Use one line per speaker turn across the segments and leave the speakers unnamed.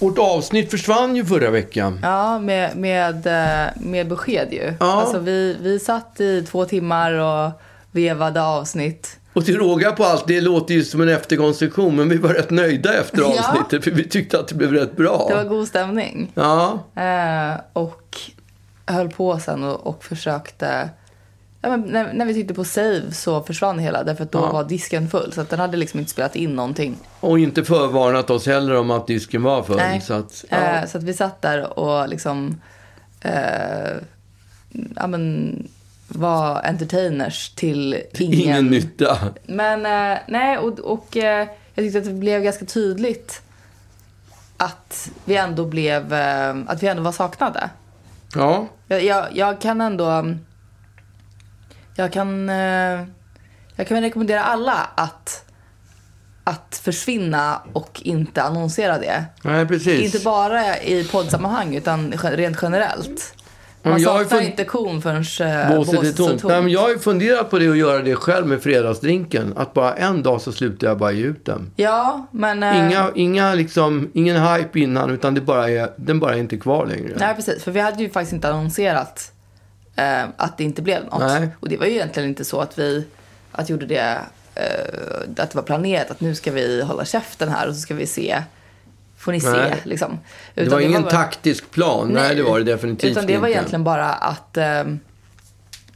Vårt avsnitt försvann ju förra veckan.
Ja, med, med, eh, med besked ju.
Ja.
Alltså, vi, vi satt i två timmar och vevade avsnitt.
Och till råga på allt, det låter ju som en efterkonstruktion, men vi var rätt nöjda efter
Ja.
avsnittet, för vi tyckte att det blev rätt bra.
Det var god stämning.
Ja,
Eh, och höll på sen och, och försökte... Ja, men när, när vi tyckte på save så försvann hela, därför att då
Ja.
var disken full. Så att den hade liksom inte spelat in någonting.
och inte förvarnat oss heller om att disken var full. Så att, ja.
Eh, så att vi satt där och liksom eh, ja, men, var entertainers till ingen,
ingen... nytta.
Men eh, nej, och, och eh, jag tyckte att det blev ganska tydligt att vi ändå blev, eh, att vi ändå var saknade.
Ja,
Jag, jag, jag kan ändå, jag kan, eh, jag kan väl rekommendera alla att, att försvinna och inte annonsera det.
nej precis.
Inte bara i poddsammanhang utan ge- rent generellt.
Men
Man
Mm. jag har ju
saknar
fått-
inte kon förrän eh,
Båset är tomt. Nej, men jag har ju funderat på det och göra det själv med fredagsdrinken. Att bara en dag så slutar jag bara ge ut den.
Ja, men... eh,
Inga, inga liksom, ingen hype innan, utan det bara är, den bara är inte kvar längre.
Nej, precis. För vi hade ju faktiskt inte annonserat eh, att det inte blev något.
Nej.
Och det var ju egentligen inte så att vi att gjorde det, eh, att det var planerat att nu ska vi hålla käften här och så ska vi se, får ni se
Nej.
liksom. Utan
det var ingen
bara-
taktisk plan. Nej, det var det definitivt
Utan det var
inte.
egentligen bara att, eh,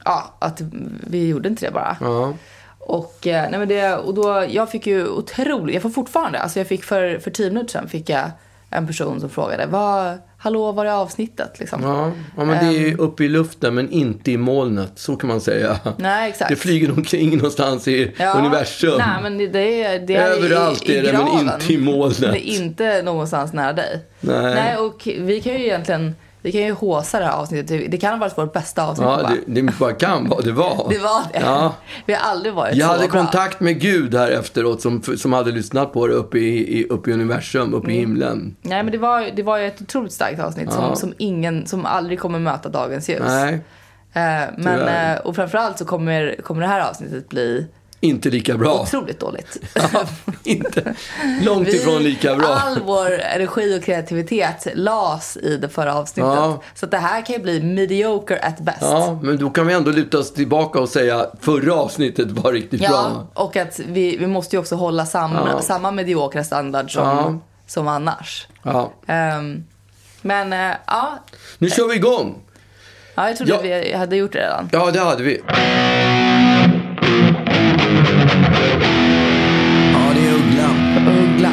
ja, att vi gjorde inte det bara.
Ja.
Och, eh, nej men det, och då, jag fick ju otroligt, jag får fortfarande, alltså jag fick för, för tio minuter sedan fick jag en person som frågade, vad, hallå var är avsnittet liksom?
Ja. ja, men det är
Ehm.
ju uppe i luften men inte i molnet. Så kan man säga.
Nej exakt.
Det flyger omkring någonstans i
Ja,
universum.
Nej men det, det är, det är
Överallt
i, i
är det, men
graven.
inte i molnet.
Det är inte någonstans nära dig.
Nej.
och vi kan ju egentligen, vi kan ju håsa det här avsnittet. Det- Det kan ha varit vårt bästa avsnitt.
Ja,
bara.
det, det bara kan vara. Det var.
det var det.
Ja.
Vi har aldrig varit
Jag
så
hade
bra.
kontakt med Gud här efteråt som, som hade lyssnat på det uppe i, i, uppe i universum, uppe
Mm.
i himlen.
Nej men det var, det var ju ett otroligt starkt avsnitt
Ja.
som, som ingen, som aldrig kommer möta dagens ljus.
Nej,
Eh, men,
tyvärr.
eh, och framförallt så kommer, kommer det här avsnittet bli
inte lika bra.
otroligt dåligt.
inte långt
Vi-
ifrån lika bra.
All vår energi och kreativitet las i det förra avsnittet.
Ja.
Så att det här kan ju bli mediocre at best.
Ja, men då kan vi ändå luta oss tillbaka och säga förra avsnittet var riktigt
Ja,
bra.
och att vi, vi måste ju också hålla sam,
Ja.
samma mediokra standard som,
Ja.
som annars.
Ja.
Ehm, men eh, ja,
Nu kör vi igång!
ja, jag trodde
Ja.
vi hade gjort det redan.
Ja, det hade vi. Ja, det är Ugglan.
Uggla.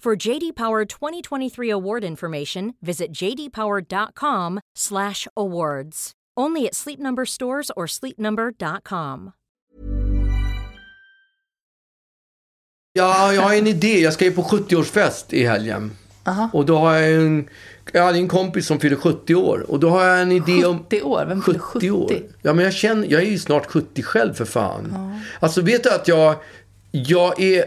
For JD Power 2023 award information, visit jdpower.com/awards. Only at Sleep Number stores or sleepnumber.com.
Ja, jag har en idé. Jag ska ju på 70-årsfest i helgen.
Aha.
Och då har jag en... Jag hade en kompis som fyller 70 år. Och då har jag en idé om...
70 år? Vem fyller 70?
år. Ja, men jag känner, jag är ju snart 70 själv för fan. Alltså vet du att jag, jag är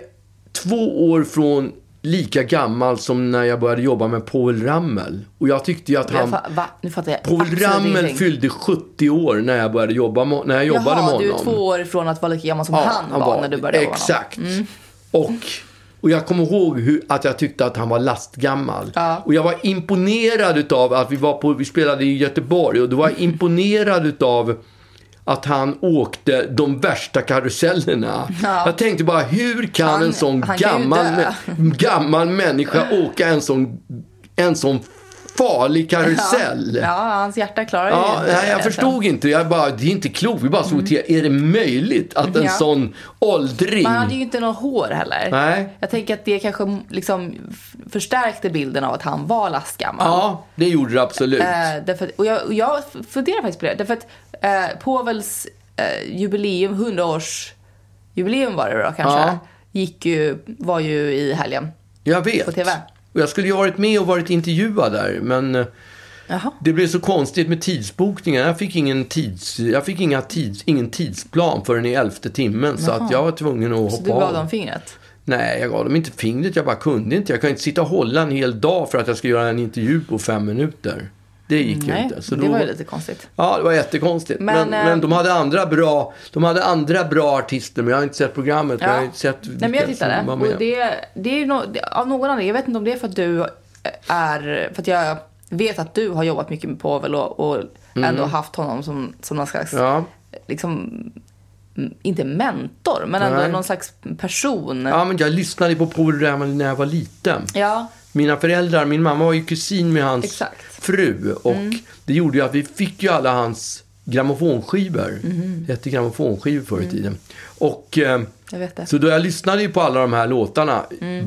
två år från lika gammal som när jag började jobba med Povel Ramel. Och jag tyckte ju att
Jag
han...
fa- va? Nu fattar jag
Povel
absolut
Ramel
ingenting.
fyllde 70 år när jag började jobba, mo- när jag jobbade med
Jaha,
honom.
du är två år ifrån att vara lika gammal som han, var när du började Mm. jobba med honom.
Exakt. Och, och jag kommer ihåg hur, att jag tyckte att han var lastgammal.
Ja.
Och jag var
Mm.
imponerad utav att vi var på, vi spelade i Göteborg och då var jag imponerad utav att han åkte de värsta karusellerna. Jag tänkte bara, hur kan
Han-
en sån
han kan ju
gammal,
dö.
mä- gammal människa åka en sån, en sån farlig karusell?
Ja, hans hjärta klarar ju
Ja,
inte
nej,
det, liksom.
jag förstod inte. Jag bara, det är inte klokt. Vi bara såg till, är det möjligt att en
Mm. Ja.
sån åldring...
Man hade ju inte något hår heller.
Nej.
Jag tänker att det kanske liksom f- förstärkte bilden av att han var lastgammal.
Ja, det gjorde det absolut.
Eh, därför, att- och jag, och jag f- funderar faktiskt på det. Därför att eh, Povels eh, jubileum, 100-årsjubileum var det då kanske,
Ja.
gick ju, var ju i helgen.
jag vet.
på TV.
Och jag skulle ju ha varit med och varit intervjuad där, men eh,
Jaha.
det blev så konstigt med tidsbokningen. Jag fick ingen, tids, jag fick inga tids, ingen tidsplan förrän i elfte timmen, så att jag var tvungen att hoppa
Så du gav
av.
dem fingret?
Nej, jag gav dem inte fingret. Jag bara kunde inte. Jag kan inte sitta och hålla en hel dag för att jag ska göra en intervju på fem minuter. Det gick ju
Nej,
inte. Så alltså,
det
då-
var ju lite konstigt.
Ja, det var jättekonstigt. Men, men,
Men, eh,
de, hade andra bra, de hade andra bra artister, men jag har inte sett programmet. men Jag har
Ja.
inte sett
Nej,
vilka
men jag
som
tittade.
var med.
Och det, det är ju nå- det- av någon anledning, jag vet inte om det är för att du är, för att jag vet att du har jobbat mycket med Povel och, och ändå haft honom som, som någon slags,
Mm. Ja.
liksom, m- inte mentor, men ändå
Nej.
någon slags person.
Ja, men jag lyssnade på Paul Ramel när jag var liten.
Ja.
Mina föräldrar, min mamma var ju kusin med hans
Exakt. Mm.
fru och det gjorde ju att vi fick ju alla hans grammofonskivor. Det hette grammofonskivor förr i tiden. Och, eh,
Mhm. Mm. Jag vet det. Mm.
Så då jag lyssnade ju på alla de här låtarna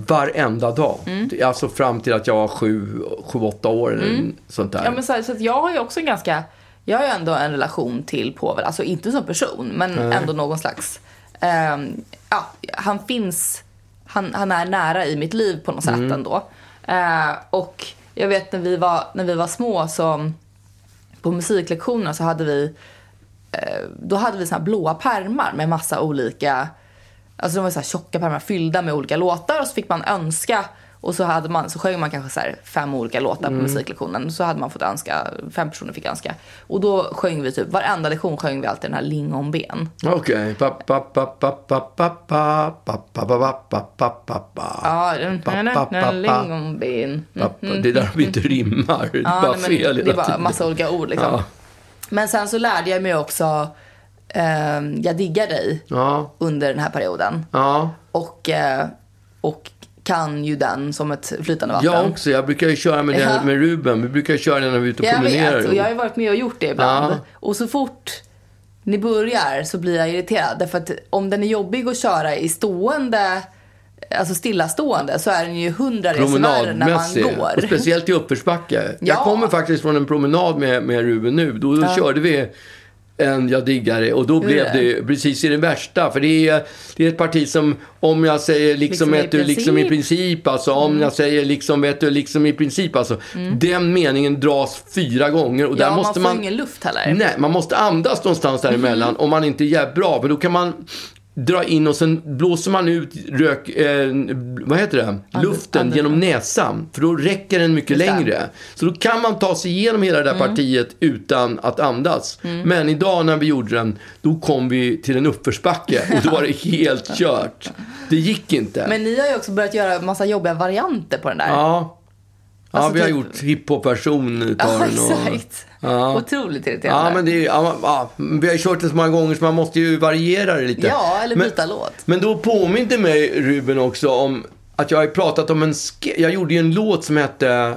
varenda dag. Alltså fram till att jag var sju, sju åtta år eller sånt där.
Mm. Ja, men så, här, så att jag har ju också en ganska, jag har ju ändå en relation till Povel, alltså inte som person, men ändå någon slags, ehm, ja, han finns, han, han är nära i mitt liv på något sätt ändå. Eh, och jag vet när vi var, när vi var små så, på musiklektionerna så hade vi, eh, då hade vi såna här blåa pärmar med massa olika, alltså de var så här tjocka pärmar fyllda med olika låtar och så fick man önska och så, hade man, så sjöng man kanske så här fem olika låtar
Mm.
på musiklektionen. Så hade man fått önska, fem personer fick önska. Och då sjöng vi typ, varenda lektion sjöng vi alltid den här lingonben.
Okej. Pa, pa, pa, pa, pa, pa, pa, pa, pa, pa, pa, pa, pa, pa, pa.
Ja,
Pa, pa, pa, pa.
lingonben.
Pa, pa. Det är där de inte rimmar. Det är
Mhm. Ja,
bara
nej, men
fel
Det är
hela
bara
tiden.
massa olika ord liksom.
Ja.
Men sen så lärde jag mig också eh, Jag diggar dig
Ja,
under den här perioden.
ja.
Och, eh, och kan ju den som ett flytande vatten.
Jag också. Jag brukar ju köra med det
Ja.
med Ruben. Vi brukar köra den när vi är ute och
Jag
promenerar.
vet, och jag har ju varit med och gjort det ibland.
Ja.
Och så fort ni börjar så blir jag irriterad. Därför att om den är jobbig att köra i stående, alltså stillastående, så är den ju hundra resor värre när man
Promenadmässig. Och
går.
speciellt i uppförsbacke. Jag
Ja.
kommer faktiskt från en promenad med, med Ruben nu. Då, då körde vi en Jag diggar det och då blev det precis i den värsta. För det är, det är ett parti som, om jag säger liksom,
Liksom i Mm.
vet du, liksom i princip, alltså om jag säger liksom, vet du, liksom i princip, alltså. Den meningen dras fyra gånger och där
Ja, man
måste
får
man...
ingen luft heller.
Nej, man måste andas någonstans däremellan
Mm.
om man inte är jävligt bra. För då kan man dra in och sen blåser man ut rök, eh, vad heter det? luften
andes-
genom näsan. För då räcker den mycket
Just det. Mm.
längre. Så då kan man ta sig igenom hela det där partiet utan att andas. Men idag när vi gjorde den, då kom vi till en uppförsbacke och då var det helt kört. Det gick inte.
Men ni har ju också börjat göra massa jobbiga varianter på den där.
ja. Ja,
Alltså
vi har
typ-
gjort hiphop-version tar
Ja,
den och-
exakt. Otroligt irriterande.
Ja, men det är, ja, man- ja, vi har ju kört det så många gånger så man måste ju variera det lite.
Ja, eller
men,
byta låt.
Men då påminde mig Ruben också om att jag har ju pratat om en... ske- Jag gjorde ju en låt som hette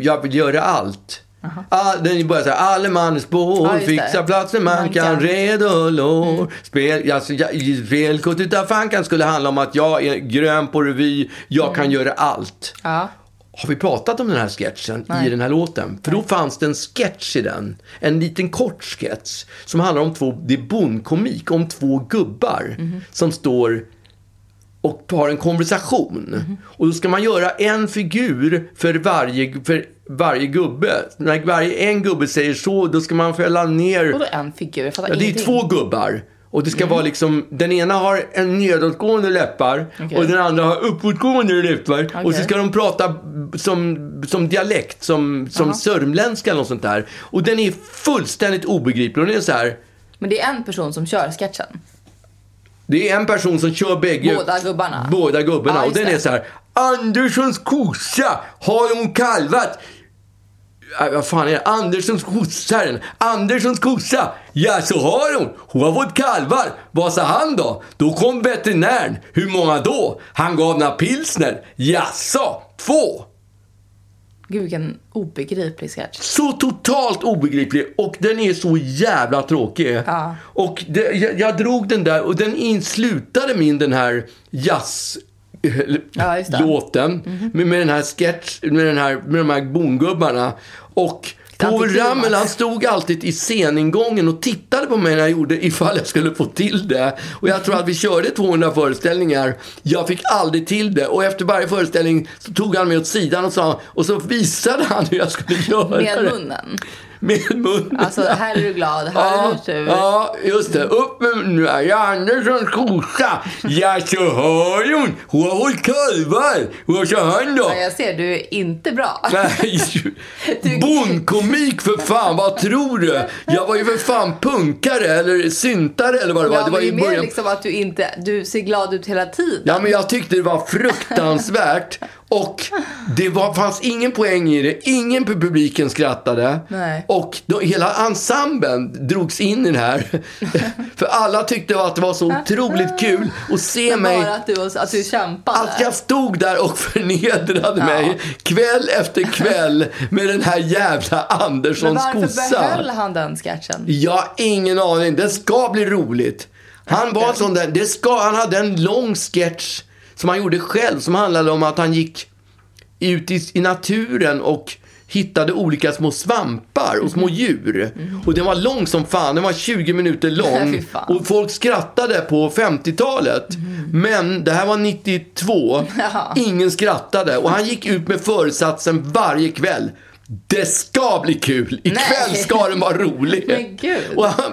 Jag vill göra allt. All, den börjar såhär, alle man är spår,
Ja, just det.
fixa platsen man,
Man
kan,
kan. Mm.
redo och lår. Spel, alltså, jag, i- spelkort utan fankan skulle handla om att jag är grön på revy, jag
Mm.
kan göra allt.
Ja.
Har vi pratat om den här sketchen i den här låten? För då fanns det en sketch i den. En liten kort sketch. Som handlar om två, det är bondkomik om två gubbar.
Mhm.
Som står och har en konversation.
Mhm.
Och då ska man göra en figur för varje, för varje gubbe. När varje, en gubbe säger så, då ska man fälla ner
Och då en figur, jag fattar
Ja, det är
ingenting. Mm.
två gubbar. Och det ska vara liksom, den ena har en nedåtgående läppar
Okej.
och den andra har uppåtgående läppar. Och så
Okej.
ska de prata som, som dialekt, som, som sörmländska eller något sånt där. Och den är fullständigt obegriplig. Och den är så här,
Men det är en person som kör sketchen.
det är en person som kör bägge.
Båda gubbarna.
Båda gubbarna.
Ja,
och
just
den
det.
är så här, Anderssons kossa, har hon kalvat? Äh, vad fan är det? Anderssons kossa är den. Anderssons kossa! Ja, så har hon! Hon har fått kalvar! Vad sa han då? Då kom veterinären. Hur många då? Han gav några pilsner. Jaså, två!
Gud, vilken obegriplig sketch.
Så totalt obegriplig och den är så jävla tråkig.
Ja.
Och det, jag, jag drog den där och den inslutade min den här jazz eh,
Ja, just det. Mhm.
låten med, med den här sketch, med, den här, med de här bongubbarna. Och Povel
antiklimax.
Ramel han stod alltid i sceningången och tittade på mig när jag gjorde ifall jag skulle få till det. Och jag tror att vi körde 200 föreställningar. Jag fick aldrig till det. Och efter varje föreställning så tog han mig åt sidan och sa och så visade han hur jag skulle göra
Med
det.
munnen.
Med munnen.
Alltså, här är du glad, här är
Ja,
du sur.
ja, just det. Upp med nu är jag Anderssons kossa. Ja, så har hon. Hon har fått kalvar. Vad sa han då?
Ja, jag ser, du är inte bra.
Nej,
Du-
bondkomik för fan. Vad tror du? Jag var ju för fan punkare eller syntare eller vad det var.
Ja,
det var
men
i
det är mer
början.
liksom att du inte, du ser glad ut hela tiden.
Ja, men jag tyckte det var fruktansvärt. Och det var, fanns ingen poäng i det. Ingen på publiken skrattade.
Nej.
Och då, hela ensemblen drogs in i det här. För alla tyckte att det var så otroligt kul att se mig.
Bara att du, att du kämpade.
Att jag stod där och förnedrade mig kväll efter kväll med den här jävla
Men
Anderssons
varför
kossa.
behöll han den sketchen?
Jag har ingen aning. Det ska bli roligt. Han var en sån där, det ska, han hade en lång sketch som han gjorde själv som handlade om att han gick ut i, i naturen och hittade olika små svampar och
Mhm.
små djur. Och den var lång som fan, den var 20 minuter
Fy
lång.
fan. Mhm.
och folk skrattade på 50-talet. Men det här var 92. Ingen skrattade. Och han gick ut med föresatsen varje kväll. Det ska bli kul! Ikväll
Nej.
ska den vara rolig.
Men gud.
Och han,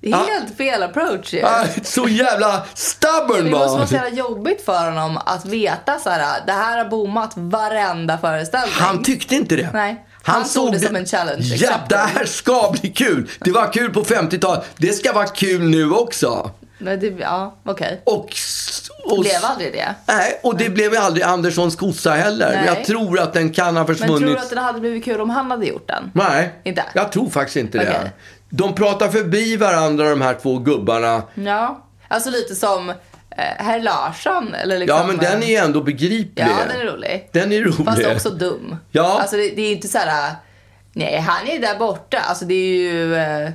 Det är Helt fel approach ju.
han, så jävla stubborn
Det måste vara så
var han.
jävla jobbigt för honom att veta så här, det här har bommat varenda föreställning.
Han tyckte inte det.
Nej, han såg det som en challenge,
Ja,
exakt.
det här ska bli kul. Det var kul på 50-talet. Det ska vara kul nu också.
Nej, det, ja, okej.
Och, och,
Blev aldrig det.
Nej, och det blev aldrig Anderssons kossa heller.
Nej.
Jag tror att den kan ha
Men tror
försvunnit.
du att den hade blivit kul om han hade gjort den?
Nej,
Inte?
jag tror faktiskt inte det.
Okej.
De pratar förbi varandra de här två gubbarna.
Ja. Alltså lite som eh, Herr Larsson. Eller liksom, eh,
Ja, men den är ju ändå begriplig.
Ja, den är rolig.
Den är rolig.
Fast också dum.
Ja.
Alltså det, det är ju inte så här... Nej, han är där borta. Alltså det är ju... eh,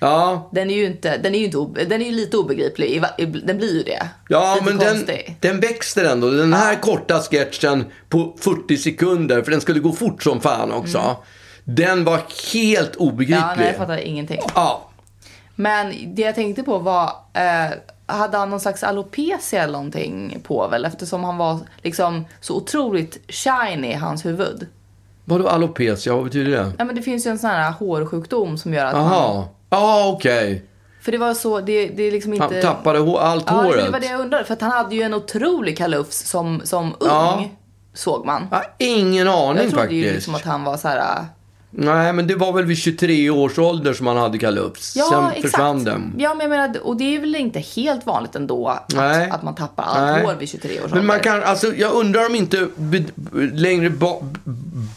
Ja,
Den är ju inte... Den är ju, inte, obe- den är ju lite obegriplig. i va- i- Den blir ju det.
ja
lite
men den,
konstig.
den växte ändå. Den här korta sketchen på 40 sekunder, för den skulle gå fort som fan också. Den var helt obegriplig.
Mm. Ja, nej, jag fattar ingenting.
ja.
Men det jag tänkte på var, eh, hade han någon slags alopecia eller någonting på väl? Eftersom han var liksom så otroligt shiny i hans huvud.
Vadå alopecia? Vad betyder det?
Ja men det finns ju en sån här hårsjukdom som gör att man...
Jaha. Ja, okej.
För det var så, det, det är liksom inte...
Han tappade hå- allt
Ja,
håret.
det var det jag undrade. För att han hade ju en otrolig kalufs som, som ung,
Ja.
såg man.
Jag har ingen aning
jag trodde
faktiskt.
ju liksom att han var så här...
Nej, men det var väl vid 23 års ålder som han hade kalufs.
Ja,
Sen
exakt.
försvann den.
Ja, men jag menar, och det är väl inte helt vanligt ändå att,
Nej.
att man tappar allt
Nej.
hår vid 23 års
Men man
ålder.
kan, alltså, jag undrar om inte be, längre ba,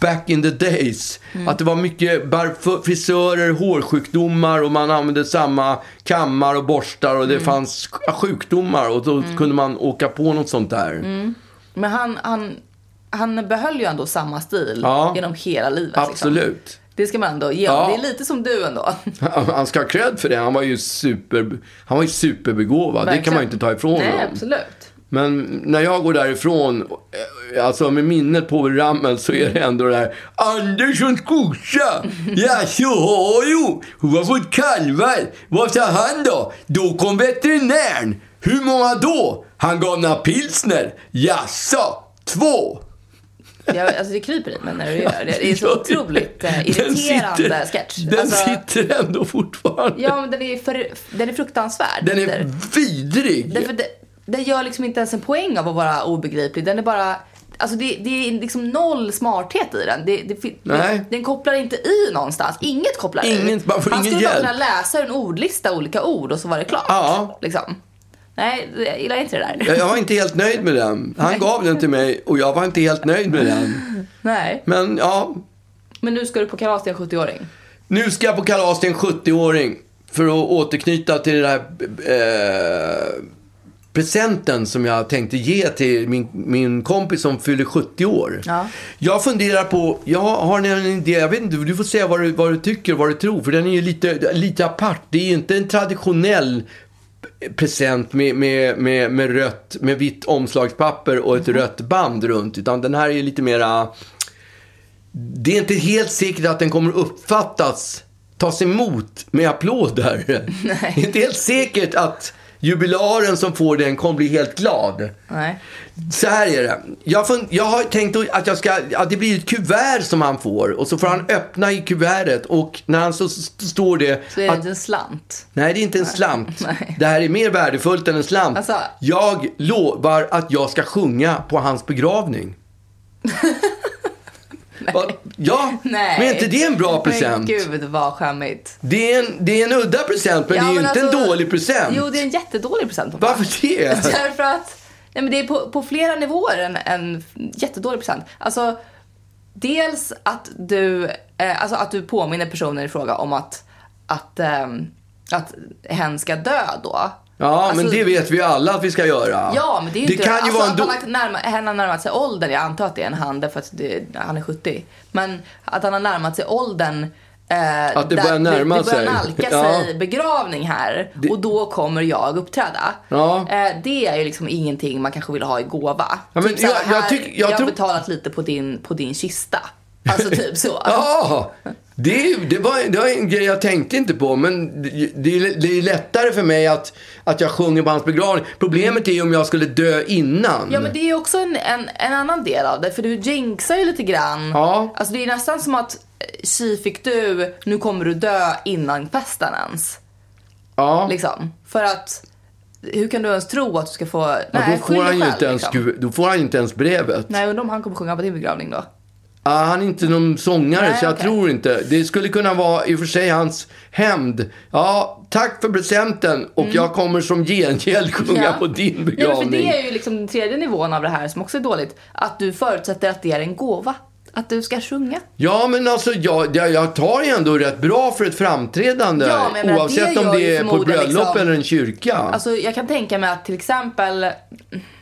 back in the days, att det var mycket barf- frisörer, hårsjukdomar och man använde samma kammar och borstar och det fanns sj- sjukdomar och då kunde man åka på något sånt där.
Men han, han, han behöll ju ändå samma stil
Ja.
genom hela livet. Liksom.
Absolut.
Det ska man ändå ge honom.
Ja.
Det är lite som du ändå.
Han ska ha cred för det. Han var ju, super, han var ju superbegåvad. Det kan man ju inte ta ifrån
Nej,
honom.
absolut.
Men när jag går därifrån, eh, alltså med minnet på Ramel så är det ändå det här Anderssons kossa! Jaså, har jo! Hon har fått kalvar! Vad sa han då? Då kom veterinären! Hur många då? Han gav några pilsner! Jaså, två!
Jag, alltså det kryper i mig när du gör det. Det är så otroligt eh,
Den
irriterande
sitter,
sketch.
Den
alltså,
sitter ändå fortfarande.
Ja, men den är, för, den är fruktansvärd.
Den är vidrig!
Därför det, den gör liksom inte ens en poäng av att vara obegriplig. Den är bara... Alltså det, det är liksom noll smarthet i den. Det, det,
Nej.
Den kopplar inte i någonstans. Inget kopplar
Ingen-
i.
man får
Han
ingen
skulle bara
hjälp.
kunna läsa en ordlista olika ord och så var det klart.
Ja. Eh.
Liksom. Nej, jag gillar inte det där.
Jag jag var inte helt nöjd med den. Han gav den till mig och jag var inte helt nöjd med den.
Nej.
Men ja,
Men nu ska du på kalas till en 70-åring.
Nu ska jag på kalas till en 70-åring. För att återknyta till den här eh, presenten som jag tänkte ge till min, min kompis som fyller 70 år.
Ja.
Jag funderar på, jag har en idé, jag vet inte, du får säga vad du, vad du tycker och vad du tror. För den är ju lite, lite apart. Det är ju inte en traditionell present med, med, med, med, rött, med vitt omslagspapper och ett rött band runt. Utan den här är ju lite mera... Det är inte helt säkert att den kommer uppfattas, tas emot med applåder. Det är inte helt säkert att jubilaren som får den kommer bli helt glad.
Nej.
Så här är det. Jag, fun- jag har tänkt att, jag ska, att det blir ett kuvert som han får och så får han öppna i kuvertet och när han så st- står det
Så är det
att
inte en slant.
Nej, det är inte en slant.
Nej.
Det här är mer värdefullt än en slant.
Alltså-
Jag lovar att jag ska sjunga på hans begravning. Va? Ja,
Nej.
men är inte det en bra present?
Men gud vad skämmigt.
Det är, en, det är en udda present, men
Ja,
det är ju inte
alltså-
en dålig present.
Jo, det är en jättedålig present. pappa.
Varför det?
Därför att nej, men det är på, på flera nivåer en, en jättedålig present. Alltså, dels att du, eh, alltså att du påminner personen i fråga om att, att, ehm, att hen ska dö då.
Ja,
Alltså-
men det vet vi ju alla att vi ska göra.
Ja, men det är ju inte...
kan ju
alltså,
vara en
att han
do-
har närma, hen har närmat sig åldern. Jag antar att det är en han därför att det, han är 70. Men att han har närmat sig åldern eh,
Att det börjar närma
det, det börjar
sig.
nalka
Ja.
sig begravning här och då kommer jag uppträda.
Ja.
Eh, det är ju liksom ingenting man kanske vill ha i gåva. Typ
Ja, men
så här,
jag- jag tyck- jag
har
tror-
betalat lite på din, på din kista. Alltså typ så.
Ja, det, det, var, det var en grej jag tänkte inte på. Men det, det, är- det är lättare för mig att, att jag sjunger på hans begravning. Problemet är ju om jag skulle dö innan.
Ja men det är ju också en, en, en annan del av det för du jinxar ju lite grann.
Ja.
Alltså det är nästan som att eh, tji fick du, nu kommer du dö innan festen ens.
ja.
Liksom. För att hur kan du ens tro att du ska få,
Ja,
nej
då,
skyll
får
dig
han ju
själv,
inte ens,
liksom.
gu- då får han ju inte ens brevet.
Nej undrar om han kommer sjunga på din begravning då.
Ah, han är inte någon sångare,
Nej,
så jag
okej.
tror inte. Det skulle kunna vara i och för sig hans hämnd. Ja, tack för presenten och jag kommer som gengäld sjunga
Mm. Ja.
på din
Nej, men för
begravning.
det är ju liksom den tredje nivån av det här som också är dåligt. Att du förutsätter att det är en gåva. Att du ska sjunga.
Ja, men alltså jag, jag, jag tar ju ändå rätt bra för ett framträdande.
Ja, men jag menar,
oavsett
det
om
gör ju
det är på ett
förmodligen
bröllop
liksom-
eller en kyrka.
Alltså jag kan tänka mig att till exempel,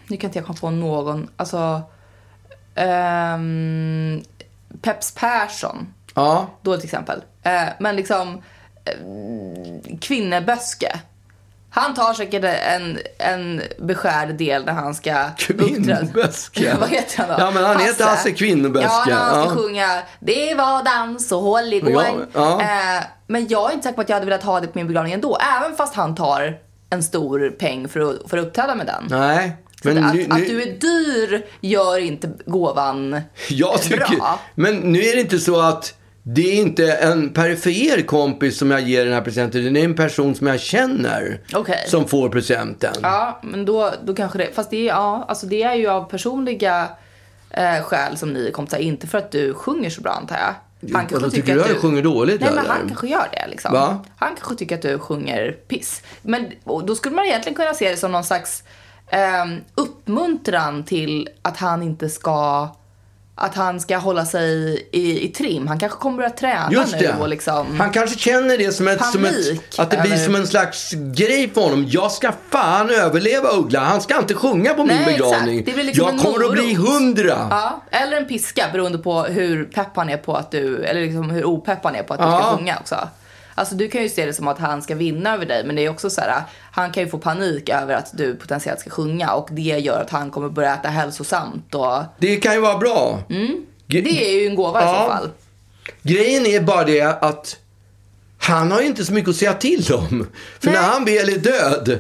nu kan inte jag komma på någon, alltså ehm, Peps Persson,
ja.
dåligt exempel. Eh, men liksom eh, Kvinneböske. Han tar säkert en, en beskärd del när han ska
Kvinnoböske.
uppträda. Vad heter han då?
Ja, men han heter Hasse Kvinnoböske.
Ja, när han ska
Ja.
sjunga Det var dans och håll i gång.
Ja, ja.
Eh, men jag är inte säker på att jag hade velat ha det på min begravning ändå. Även fast han tar en stor peng för att, för att uppträda med den.
Nej.
Så att,
nu-
att, att
nu-
du är dyr gör inte gåvan
Jag tycker,
bra.
Men nu är det inte så att det är inte en perifer kompis som jag ger den här presenten. Det är en person som jag känner
Okej.
som får presenten.
Ja, men då, då kanske det... Fast det är, ja, alltså det är ju av personliga eh, skäl som ni är kompisar. Inte för att du sjunger så bra, antar jag. Han
Vadå, tycker du att jag sjunger dåligt,
Nej, men
eller?
han kanske gör det. Liksom.
Va?
Han kanske tycker att du sjunger piss. Men och då skulle man egentligen kunna se det som någon slags eh, uppmuntran till att han inte ska... Att han ska hålla sig i, i trim. Han kanske kommer att träna
Just
nu
det.
och liksom...
Han kanske känner det som ett, som ett...
Panik,
Att det blir
eller?
som en slags grej för honom. Jag ska fan överleva Uggla. Han ska inte sjunga på min
Nej,
begravning.
exakt. Det blir liksom
jag
en
kommer att
morot.
bli hundra.
Ja, eller en piska beroende på hur pepp han är på att du, eller liksom hur opepp han är på att du
Ja.
ska sjunga också. Alltså du kan ju se det som att han ska vinna över dig men det är också så här, han kan ju få panik över att du potentiellt ska sjunga och det gör att han kommer börja äta hälsosamt och
Det kan ju vara bra.
Mm.
Ge-
det är ju en gåva i
Ja.
så fall.
Grejen är bara det att han har ju inte så mycket att säga till om. För när han väl är död,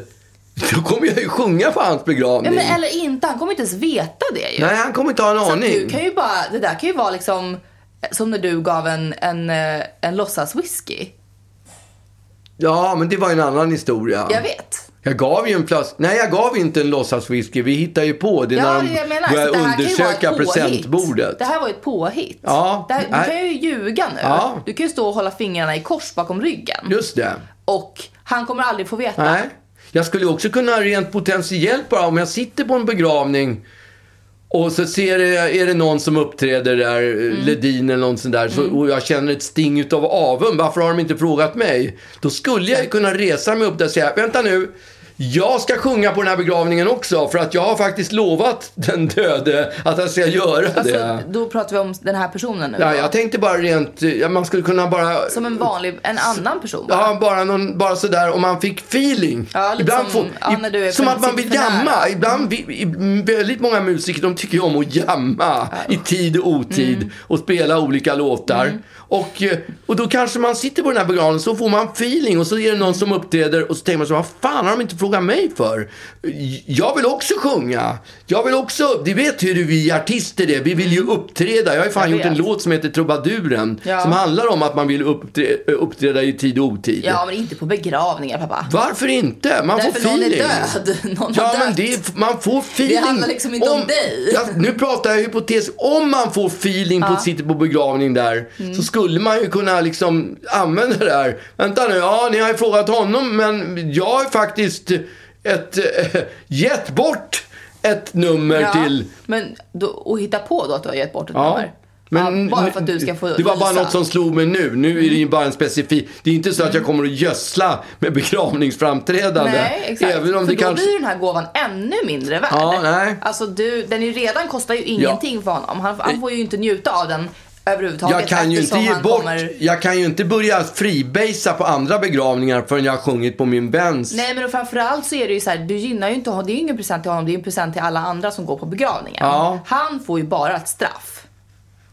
då kommer jag ju sjunga på hans
Ja,
begravning.
men, eller inte, han kommer inte ens veta det ju.
Nej, han kommer inte ha en
Så att
aning.
du kan ju bara, det där kan ju vara liksom som när du gav en, en, eh, en låtsas whisky.
Ja, men det var en annan historia.
Jag vet.
Jag gav ju en flaska. Nej, jag gav inte en låtsaswhisky. Vi hittar ju på det
Ja,
när
det är
de
det jag menar. Så
börjar
det här kan ju vara
undersöka
ett påhitt.
presentbordet.
Det här var ju ett påhitt.
Ja,
det här,
nej.
du kan ju ljuga nu.
Ja.
Du kan ju stå och hålla fingrarna i kors bakom ryggen.
Just det.
Och han kommer aldrig få veta.
Nej. Jag skulle ju också kunna rent potentiellt bara, om jag sitter på en begravning Och så ser jag, är det någon som uppträder där,
Mm.
eh, Ledin eller någon sån där, så, och jag känner ett sting utav avund. Varför har de inte frågat mig? Då skulle jag ju kunna resa mig upp där och säga, vänta nu, jag ska sjunga på den här begravningen också, för att jag har faktiskt lovat den döde att jag ska göra
Alltså,
det.
då pratar vi om den här personen nu.
Ja,
då.
jag tänkte bara rent, eh, ja, man skulle kunna bara...
Som en vanlig, en annan person bara.
Ja, bara, någon, bara sådär om man fick feeling.
Ja, lite som- ja, när du är
som
för-
att man vill
sitter för nära.
jamma. Ibland, vi- i- väldigt många musiker de tycker ju om att jamma i tid och otid
Mm.
och spela olika låtar. Och, eh, och då kanske man sitter på den här begravningen så får man feeling och så är det någon som uppträder och så tänker man så vad fan har de inte frågat mig för? Jag vill också sjunga. Jag vill också, du vet hur vi artister är, vi vill ju uppträda. Jag har ju fan
Mm. Jag
gjort en
vet.
låt som heter Trubaduren
Ja.
som handlar om att man vill upptre- uppträda i tid och otid.
Ja, men inte på begravningar pappa.
Varför inte? Man
Därför
får feeling.
någon är död. Någon har
ja,
dött.
men det, är- man får feeling.
handlar liksom inte om dig.
Ja, nu pratar jag hypotes. Om man får feeling på sitter på begravning där
Mm.
så skulle man ju kunna liksom använda det här. Vänta nu, ja ni har ju frågat honom men jag har ju faktiskt ett, äh, gett bort ett nummer
Ja,
till
Men då, och hitta på då att du har gett bort ett
Ja.
nummer. ja, bara för att du ska få
Det var bara
visa.
något som slog mig nu. Nu är det ju bara en specifik... Det är inte så att jag kommer att gössla med begravningsframträdande.
Mm. Nej, exakt.
Även om
för
det
då
kanske...
blir den här gåvan ännu mindre värd.
Ja, nej.
Alltså du, den är ju redan kostar ju ingenting för honom. Han, han får ju inte njuta av den överhuvudtaget.
Eh. Jag kan, ju inte
eftersom
ge
han
bort,
kommer-
jag kan ju inte börja freebasea på andra begravningar förrän jag har sjungit på min väns.
Nej men och framförallt så är det ju så här, du gynnar ju inte honom. Det är ju ingen present till honom, det är ju en present till alla andra som går på begravningen.
Ja.
Han får ju bara ett straff.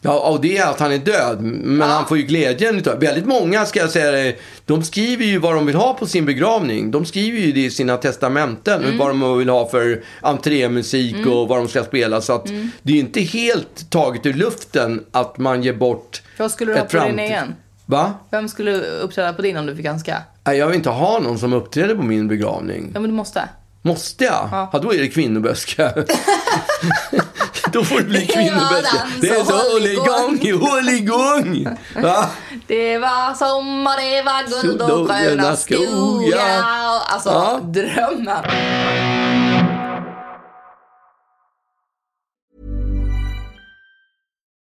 Ja, och det är att han är död. Men han får ju glädjen utav Väldigt många, ska jag säga dig, de skriver ju vad de vill ha på sin begravning. De skriver ju det i sina testamenten.
Mm.
Vad de vill ha för entrémusik och vad de ska spela. Så att
Mm.
det är inte helt taget ur luften att man ger bort
Vad skulle du ha
ett
på din
framtid-
egen?
Va?
Vem skulle uppträda på din om du fick önska?
Nej, jag vill inte ha någon som uppträder på min begravning.
Ja men du måste.
Måste jag? Ja. då är det kvinnoböska. då får det bli
Det var
kvinnoböska.
dans
Det är
och
så håligång, håligång. Va?
Det var sommar, det var guld och gröna skogar. Alltså,
Ja.
drömmen.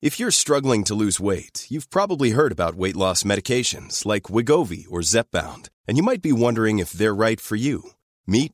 If you're struggling to lose weight, you've probably heard about weight loss medications like Wigovi or Zepbound, and you might be wondering if they're right for you. Meet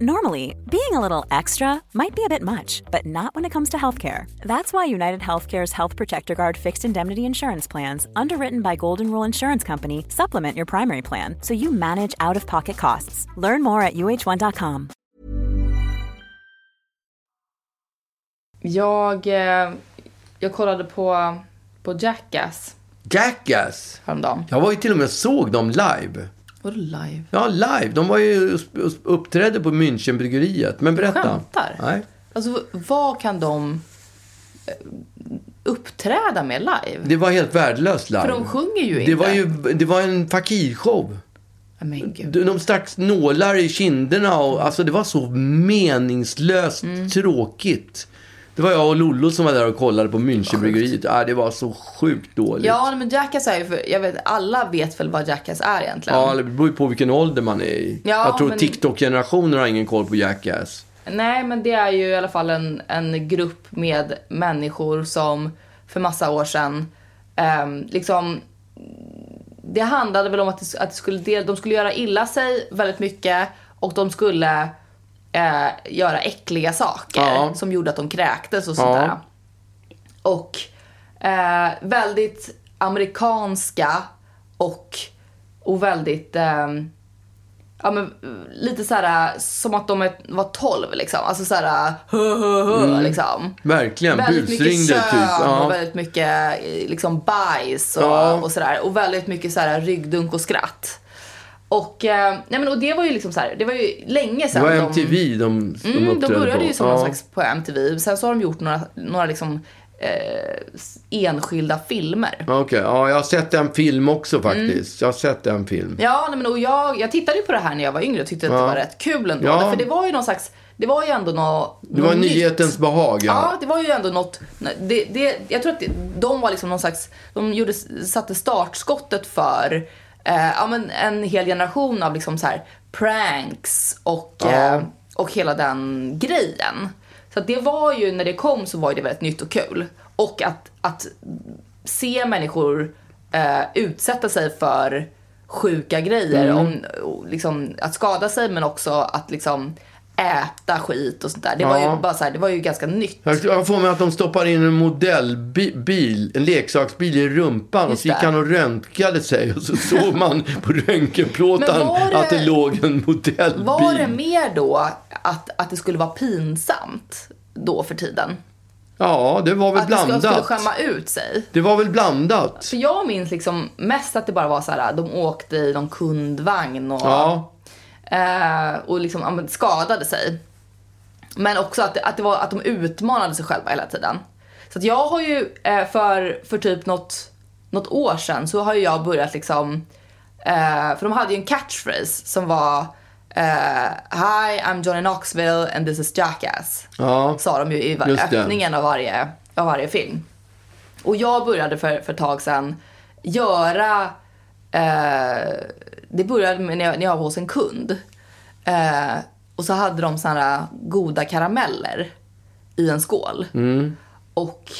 Normally, being a little extra might be a bit much, but not when it comes to healthcare. That's why United Healthcare's Health Protector Guard fixed indemnity insurance plans, underwritten by Golden Rule Insurance Company, supplement your primary plan so you manage out of pocket costs. Learn more at uh1.com.
Jag, eh, jag kollade på, på Jackass
Jackass.
häromdagen.
Jag var ju till och med och såg dem live.
Var det live?
Ja, live. De var ju sp- uppträdde på Münchenbryggeriet. Men berätta.
Skämtar?
Nej.
Alltså vad kan de eh, uppträda med live?
Det var helt värdelöst live.
För de sjunger ju inte.
det var ju det var en fakirshow.
Ja, Men gud.
De stack nålar i kinderna och alltså det var så meningslöst
Mm.
tråkigt. Det var jag och Lollo som var där och kollade på Münchenbryggeriet. Ah, det var så sjukt dåligt.
Ja men Jackass är ju för, jag vet, alla vet väl vad Jackass är egentligen?
Ja, det beror ju på vilken ålder man är i.
Ja,
jag tror
men-
TikTok-generationen har ingen koll på Jackass.
Nej, men det är ju i alla fall en, en grupp med människor som för massa år sedan ehm, liksom det handlade väl om att, det, att det skulle del, de skulle göra illa sig väldigt mycket och de skulle eh, göra äckliga saker
Ja.
som gjorde att de kräktes och
Ja.
sånt där. Och eh, väldigt amerikanska och, och väldigt ehm, ja, men, eh, lite så här som att de är, var 12 liksom. Alltså så här hö, hö, hö, liksom.
Verkligen,
Väldigt mycket
Mm. busringde
kön
typ. Ja.
och väldigt mycket eh, liksom bajs och,
Ja.
och sådär. Och väldigt mycket så här ryggdunk och skratt. Och, eh, nej men, och det var ju liksom så här, det var ju länge
Det
sedan
var
de-
MTV de, de
Mm, de
uppträdde
började
på.
ju som
ja.
någon slags på MTV. Sen så har de gjort några, några liksom enskilda filmer.
Okej, ja, jag har sett en film också faktiskt. Jag har sett en film.
Mm. Ja, nej, men och jag, jag tittade ju på det här när jag var yngre och tyckte att det var rätt kul ändå.
Ja.
För det var ju någon slags, det var ju ändå något
Det var nyhetens behag,
Ja.
ja.
det var ju ändå något, det, det, jag tror att det, de var liksom någon slags, de gjorde, satte startskottet för eh, ja, men en hel generation av liksom så här pranks och, eh, och hela den grejen. Så att det var ju, när det kom så var ju det väldigt nytt och kul. Och att, att se människor eh, utsätta sig för sjuka grejer. Om, och liksom, att skada sig men också att liksom äta skit och sånt där. Det var
Ja.
ju bara så här, det var ju ganska nytt.
Jag- Jag får mig att de stoppar in en modellbil, en leksaksbil i rumpan och
Just
så gick
det.
han och röntgade sig och så såg man på
Men
röntgenplåtan
var det-
att det låg en modellbil.
Var det mer då att, att det skulle vara pinsamt då för tiden?
Ja, det var väl
Att det skulle,
blandat.
skulle skämma ut sig?
Det var väl blandat.
För jag minns liksom mest att det bara var så här, de åkte i någon kundvagn och,
Ja,
eh, och liksom, ja, men skadade sig. Men också att, det- att, det var, att de utmanade sig själva hela tiden. Så att jag har ju eh, för, för typ något, något år sedan så har ju jag börjat liksom, eh, för de hade ju en catchphrase som var eh, Hi I'm Johnny Knoxville and this is Jackass.
Ja.
Sa de ju i var-
Just det.
öppningen av varje, av varje film. Och jag började för, för ett tag sedan göra... Eh, det började med när jag, när jag var hos en kund. Eh, och så hade de såna här goda karameller i en skål.
Mm.
Och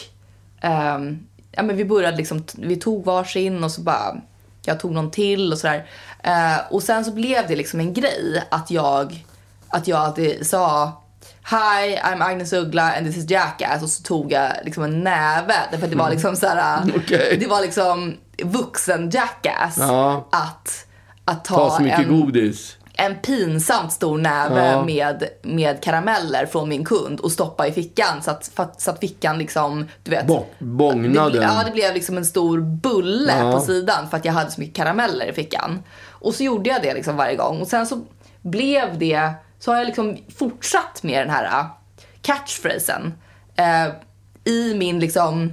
ehm, ja, men vi började liksom, vi tog varsin och så bara, jag tog någon till och sådär. Eh, och sen så blev det liksom en grej att jag, att jag alltid sa Hi, I'm Agnes Uggla and this is Jackass. Och så tog jag liksom en näve. Därför att det var liksom såhär,
Mm. Okej.
det var liksom vuxen Jackass.
Ja.
Att, att ta,
ta så mycket
en,
godis.
en pinsamt stor näve
Ja.
med, med karameller från min kund och stoppa i fickan så att, för att- så att fickan liksom, du vet.
Bo-
det,
bångnaden.
ble- ja, det blev liksom en stor bulle
Ja.
på sidan för att jag hade så mycket karameller i fickan. Och så gjorde jag det liksom varje gång och sen så blev det, så har jag liksom fortsatt med den här äh, catchphrasen eh, i min liksom,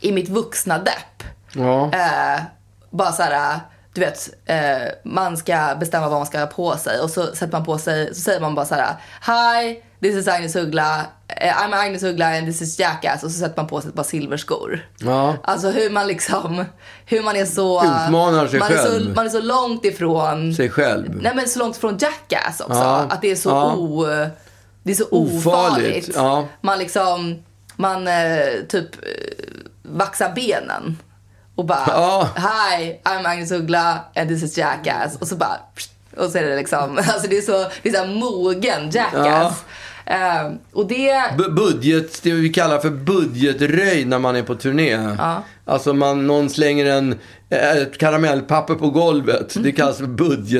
i mitt vuxna depp
Ja.
eh, bara så här, du vet, eh, man ska bestämma vad man ska ha på sig och så sätter man på sig, så säger man bara så här: Hi, this is Agnes Uggla, eh, I'm Agnes Uggla and this is Jackass och så sätter man på sig ett par silverskor.
Ja.
Alltså hur man liksom, hur man är så...
Utmanar sig
man Är så,
själv.
man är så långt ifrån...
Sig själv.
Nej men så långt ifrån Jackass också.
Mm. Ja.
Att det är så
Ja.
o... Det är så
Ofarligt.
ofarligt.
Ja.
Man liksom, man eh, typ eh, vaxar benen. Och bara,
Ja.
hi, I'm Agnes Uggla and this is Jackass. Och så bara, och så är det liksom, alltså det är så, det är så här mogen Jackass. Eh, och det,
B- budget, det vi kallar för budgetröj när man är på turné. Alltså man, någon slänger en, eh, ett karamellpapper på golvet. Det kallas för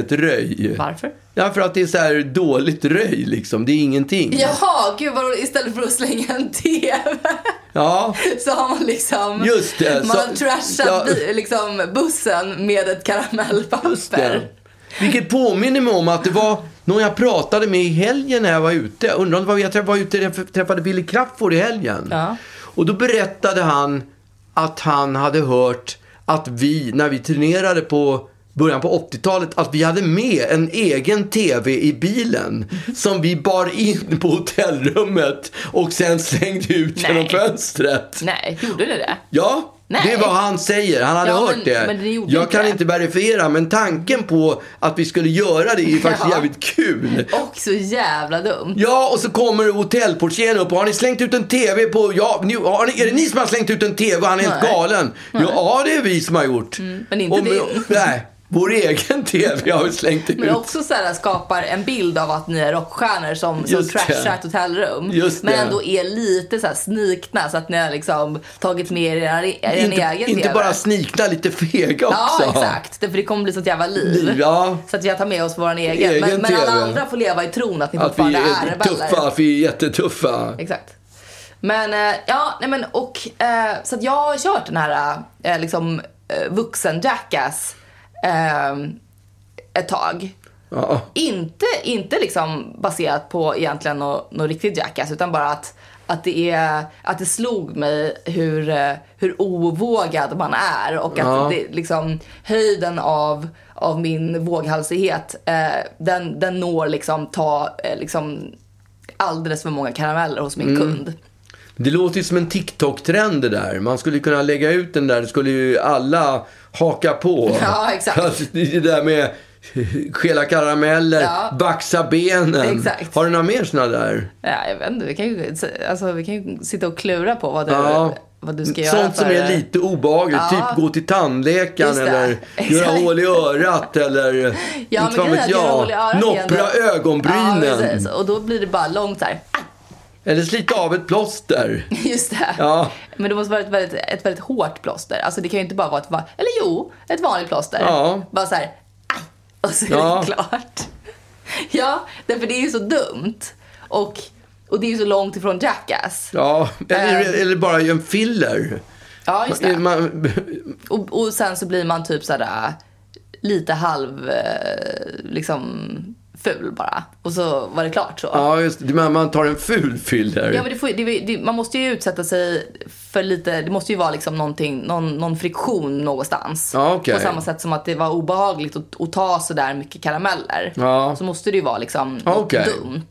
budgetröj.
varför?
Ja, för att det är så här dåligt röj liksom. Det är ingenting.
Jaha, gud vad roligt. Istället för att slänga en TV
Ja.
så har man liksom...
Just det,
Man
så-
har trashat
ja.
bi- liksom bussen med ett karamellpapper.
Just det. Vilket påminner mig om att det var någon jag pratade med i helgen när jag var ute. Undrar om det var jag träffade, var ute och träffade Billy Crafoord i helgen.
Ja.
Och då berättade han att han hade hört att vi, när vi turnerade på början på 80-talet, att vi hade med en egen TV i bilen
Mhm.
som vi bar in på hotellrummet och sen slängde ut genom
Nej.
fönstret.
Nej, gjorde du det?
Ja,
Nej.
det är vad han säger. Han hade
Ja,
hört
men-
det.
men det gjorde
jag
inte
kan
det.
inte verifiera, men tanken på att vi skulle göra det är ju faktiskt
Ja.
jävligt kul.
Och så jävla dumt.
Ja, och så kommer hotellportieren upp. Har ni slängt ut en TV på... Ja, ni, har ni, är det ni som har slängt ut en TV? Han är helt
Nej. Mm,
galen. Ja, det är vi som har gjort.
men inte
Och-
din.
Nej, vår egen TV har vi slängt ut.
Men också så här skapar en bild av att ni är rockstjärnor som, som
Just det.
trashar ett hotellrum.
Just
men
det.
ändå är lite så här snikna så att ni har liksom tagit med er er, er
inte
egen
inte
TV.
bara snikna, lite fega
Ja,
också.
exakt. Det, för det kommer bli sånt jävla liv.
Liv, ja.
Så att jag tar med oss vår egen.
Egen
men, men alla
TV.
andra får leva i tron att ni
Att vi
fortfarande är
är
rebeller.
tuffa, att vi är jättetuffa.
Exakt. Men eh, ja, nej men och eh, så att jag har kört den här eh, liksom eh, vuxen jackass eh, ett tag.
Ja.
Inte, inte liksom baserat på egentligen någon nå riktig jackass utan bara att, att att det, är, att det slog mig hur, eh, hur ovågad man är och att det, liksom, höjden av, av min våghalsighet eh, den, den når liksom, ta eh, liksom, alldeles för många karameller hos min
Mm.
kund.
Det låter ju som en TikTok-trend det där. Man skulle kunna lägga ut den där, det skulle ju alla haka på.
Ja, exakt.
Alltså, det där med skela karameller,
Ja.
baxa benen.
Exakt.
Har du några mer såna där?
Ja, jag vet inte, vi kan ju, alltså, vi kan ju sitta och klura på vad du,
Ja.
vad du ska göra
Sånt som
för-
är lite obehagligt, typ gå till tandläkaren
Just det.
eller göra
Exakt.
hål i örat eller
Ja, men
inte fan
grejen är
vet
att göra hål i
jag,
örat igen.
noppra
Ja,
ögonbrynen
precis. Och då blir det bara långt så här. "Ah!"
eller slita av ett plåster.
Just det.
Ja.
Men det måste vara ett väldigt, ett väldigt hårt plåster. Alltså det kan ju inte bara vara ett, va- eller jo, ett vanligt plåster.
Ja.
Bara så här. "Aj!" Och så är
Ja.
det klart. Ja, därför det är ju så dumt. Och, och det är ju så långt ifrån Jackass.
Ja, eller,
Eh.
eller bara en filler.
Ja, just det.
Man,
Och, och sen så blir man typ sådär lite halv, eh, liksom ful bara. Och så var det klart så.
ja, just det. Man, man tar en ful filler.
Ja, men det får, ju- det, det, man måste ju utsätta sig för lite, det måste ju vara liksom någonting, någon, någon friktion någonstans.
Ja, okej.
På samma sätt som att det var obehagligt att, att ta sådär mycket karameller.
Ja.
Så måste det ju vara liksom
Ja,
något
okej.
dumt.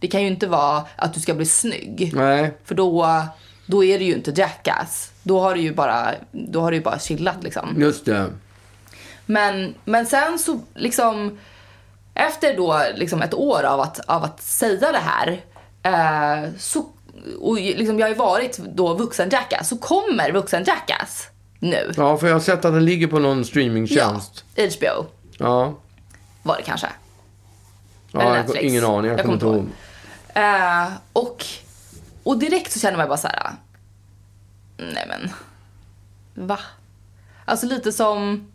Det kan ju inte vara att du ska bli snygg.
Nej.
För då, då är det ju inte jackass. Då har du ju bara, då har du ju bara chillat liksom.
Just det.
Men, men sen så liksom efter då liksom ett år av att, av att säga det här eh, så, och liksom jag har ju varit då vuxen Jackass så kommer vuxen Jackass nu.
Ja, för jag har sett att den ligger på någon streamingtjänst.
HBO
Ja.
var det kanske.
ja.
Eller
jag har
Netflix.
ingen aning, jag, kommer inte ihåg.
Eh, och, och direkt så känner man bara så här. "Ah, nej men, va? Alltså lite som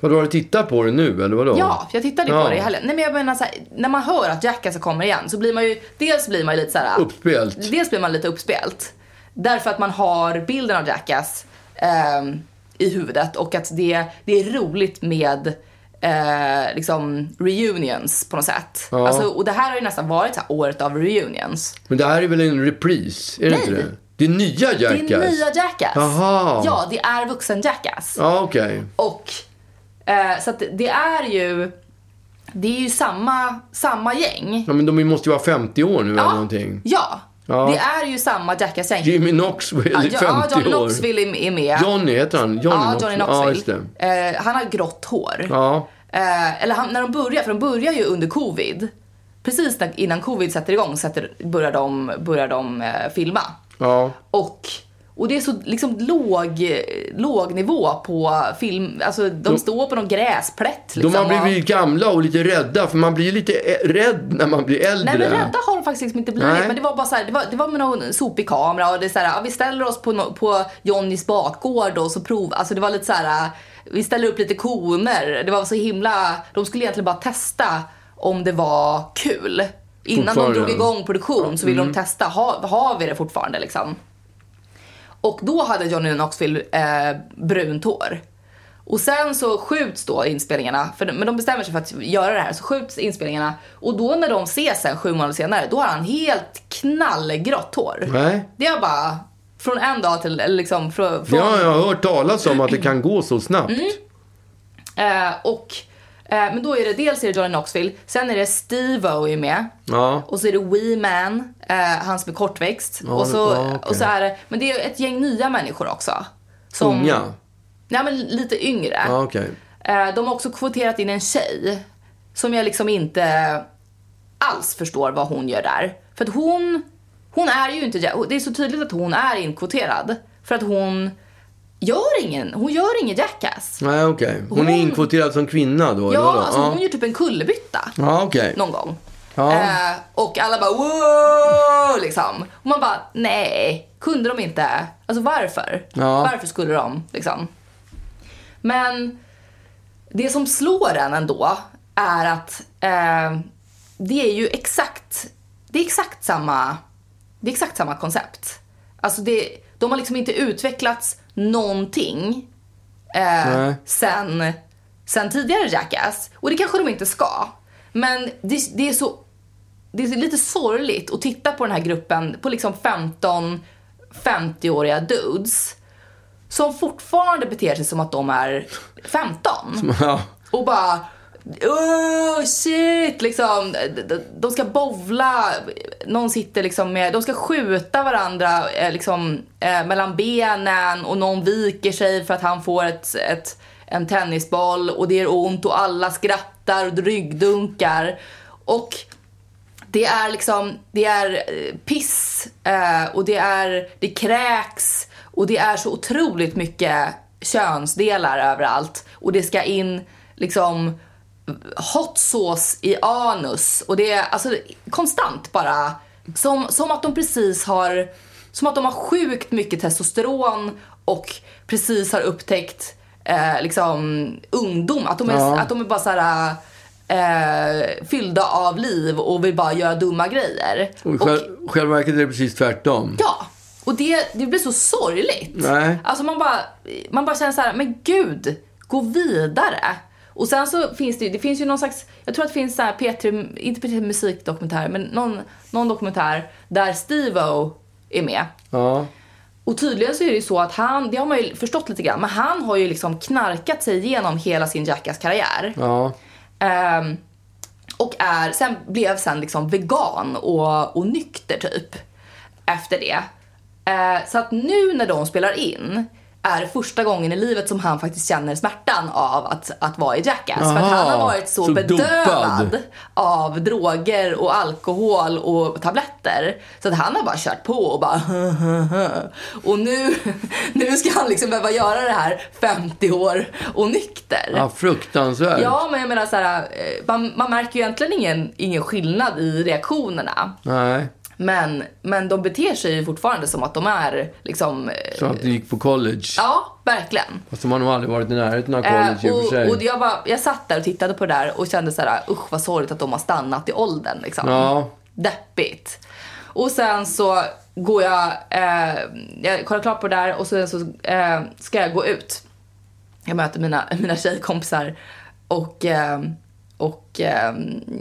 Vadå, har du tittat på det nu eller vadå?
Ja, för jag tittade
Ja.
på det i helgen. Nej men jag menar så här, när man hör att Jackass kommer igen så blir man ju, dels blir man ju lite så här.
Uppspelt.
Dels blir man lite uppspelt. Därför att man har bilden av Jackass ehm, i huvudet och att det, det är roligt med eh, liksom reunions på något sätt.
Ja.
Alltså, och det här har ju nästan varit så här, året av reunions.
Men det här är väl en repris? Är det
Nej.
inte det? Det är nya Jackass?
Det är nya Jackass.
Jaha.
Ja, det är vuxen Jackass.
Ja, okej.
Och eh, så att det är ju, det är ju samma, samma gäng.
Ja, men de måste ju vara 50 år nu eller någonting.
ja.
Ja.
det är ju samma Jackass-gäng.
Jimmy Knoxville är 50
ja, ja, Johnny
år.
Knoxville är- är med.
Johnny heter han. Johnny
ja, Johnny
Ja, just
Knoxville.
det.
eh, han har grått hår.
Ja.
Eh, eller han, när de börjar, för de börjar ju under covid. Precis när, innan covid sätter igång sätter, börjar de, börjar de eh, filma.
Ja.
Och, och det är så liksom låg, låg nivå på film, alltså de, står på någon gräsplätt liksom.
De har
och-
blivit gamla och lite rädda, för man blir ju lite ä- rädd när man blir äldre.
Nej men rädda har de faktiskt liksom inte blivit.
Nej.
Men det var bara så här, det var, det var med någon sopig kamera och det är så här, ja, vi ställer oss på, no, på Johnnys bakgård och så prov, alltså det var lite så här, äh, vi ställer upp lite koner. Det var så himla, de skulle egentligen bara testa om det var kul. Innan de
Fortfarande. Mm.
drog igång produktion så ville de testa, ha, har vi det fortfarande liksom? Och då hade Johnny Knoxville eh, brunt hår. Och sen så skjuts då inspelningarna, för de, men de bestämmer sig för att göra det här, så skjuts inspelningarna. Och då när de ses sen sju månader senare, då har han helt knallgrått hår.
Nej.
Det är bara från en dag till, eller liksom från...
Det
från
har jag hört talas om, att det kan gå så snabbt.
Mm. eh, och, eh, men då är det dels är det Johnny Knoxville, sen är det Steve-O är med.
Ja.
Och så är det Wee Man, eh, han som är kortväxt.
Ja,
och, så,
det- ja, okej.
och så är det, men det är ett gäng nya människor också. Som,
Unga?
Nej men lite yngre.
Ja, okej.
Eh, De har också kvoterat in en tjej som jag liksom inte alls förstår vad hon gör där. För att hon, hon är ju inte, det är så tydligt att hon är inkvoterad. För att hon gör ingen, hon gör ingen Jackass.
Nej, okej. Hon,
Hon-
är inkvoterad som kvinna då? eller
Ja,
vadå?
alltså
ja.
hon gör typ en kullerbytta.
Ja, okej.
Någon gång.
Ja.
Eh, och alla bara wow liksom. Och man bara nej, kunde de inte? Alltså varför?
Ja.
Varför skulle de liksom? Men det som slår en ändå är att eh, det är ju exakt, det är exakt samma, det är exakt samma koncept. Alltså det, de har liksom inte utvecklats någonting
Nej.
eh, sen, sen tidigare Jackass. Och det kanske de inte ska. Men det, det är så det är lite sorgligt att titta på den här gruppen på liksom 15, 50-åriga dudes som fortfarande beter sig som att de är 15.
Ja.
Och bara Oh shit! Liksom, de- de- de ska bowla, någon sitter liksom med, de ska skjuta varandra eh, liksom, eh, mellan benen och någon viker sig för att han får ett, ett, en tennisboll och det gör ont och alla skrattar och ryggdunkar. Och det är liksom, det är eh, piss eh, och det är, det kräks och det är så otroligt mycket könsdelar överallt. Och det ska in liksom hot sauce i anus och det är alltså konstant bara. Som, som att de precis har, som att de har sjukt mycket testosteron och precis har upptäckt eh, liksom ungdom. Att de är,
Ja.
att de är bara så här eh, fyllda av liv och vill bara göra dumma grejer.
Och
Och,
själ- själva verket är det precis tvärtom.
ja, och det, det blir så sorgligt.
Nej.
Alltså man bara, man bara känner så här, men gud, gå vidare. Och sen så finns det ju, det finns ju någon slags, jag tror att det finns så här P3, inte P3 musikdokumentär, men någon, någon dokumentär där Steve-O är med.
Ja.
Och tydligen så är det ju så att han, det har man ju förstått lite grann, men han har ju liksom knarkat sig igenom hela sin Jackass-karriär.
Ja.
Ehm, och är, sen blev sen liksom vegan och, och nykter typ efter det. Eh, så att nu när de spelar in är det första gången i livet som han faktiskt känner smärtan av att, att vara i Jackass. För att
Aha,
han har varit så,
så
bedövad
dopad.
av droger och alkohol och tabletter. Så att han har bara kört på och bara Och nu, nu ska han liksom behöva göra det här 50 år och nykter.
ja, fruktansvärt.
Ja, men jag menar så här, eh, man, man märker ju egentligen ingen, ingen skillnad i reaktionerna.
Nej,
Men, men de beter sig ju fortfarande som att de är liksom... eh,
så att du gick på college.
Ja, verkligen.
Fast de har nog aldrig varit i närheten av
Eh,
college i och för sig.
och och jag, bara, jag satt där och tittade på det där och kände så här, usch vad sorgligt att de har stannat i åldern liksom.
Ja.
Deppigt. Och sen så går jag, eh, jag kollar klart på det där och sen så eh, ska jag gå ut. Jag möter mina, mina tjejkompisar och, eh, och eh,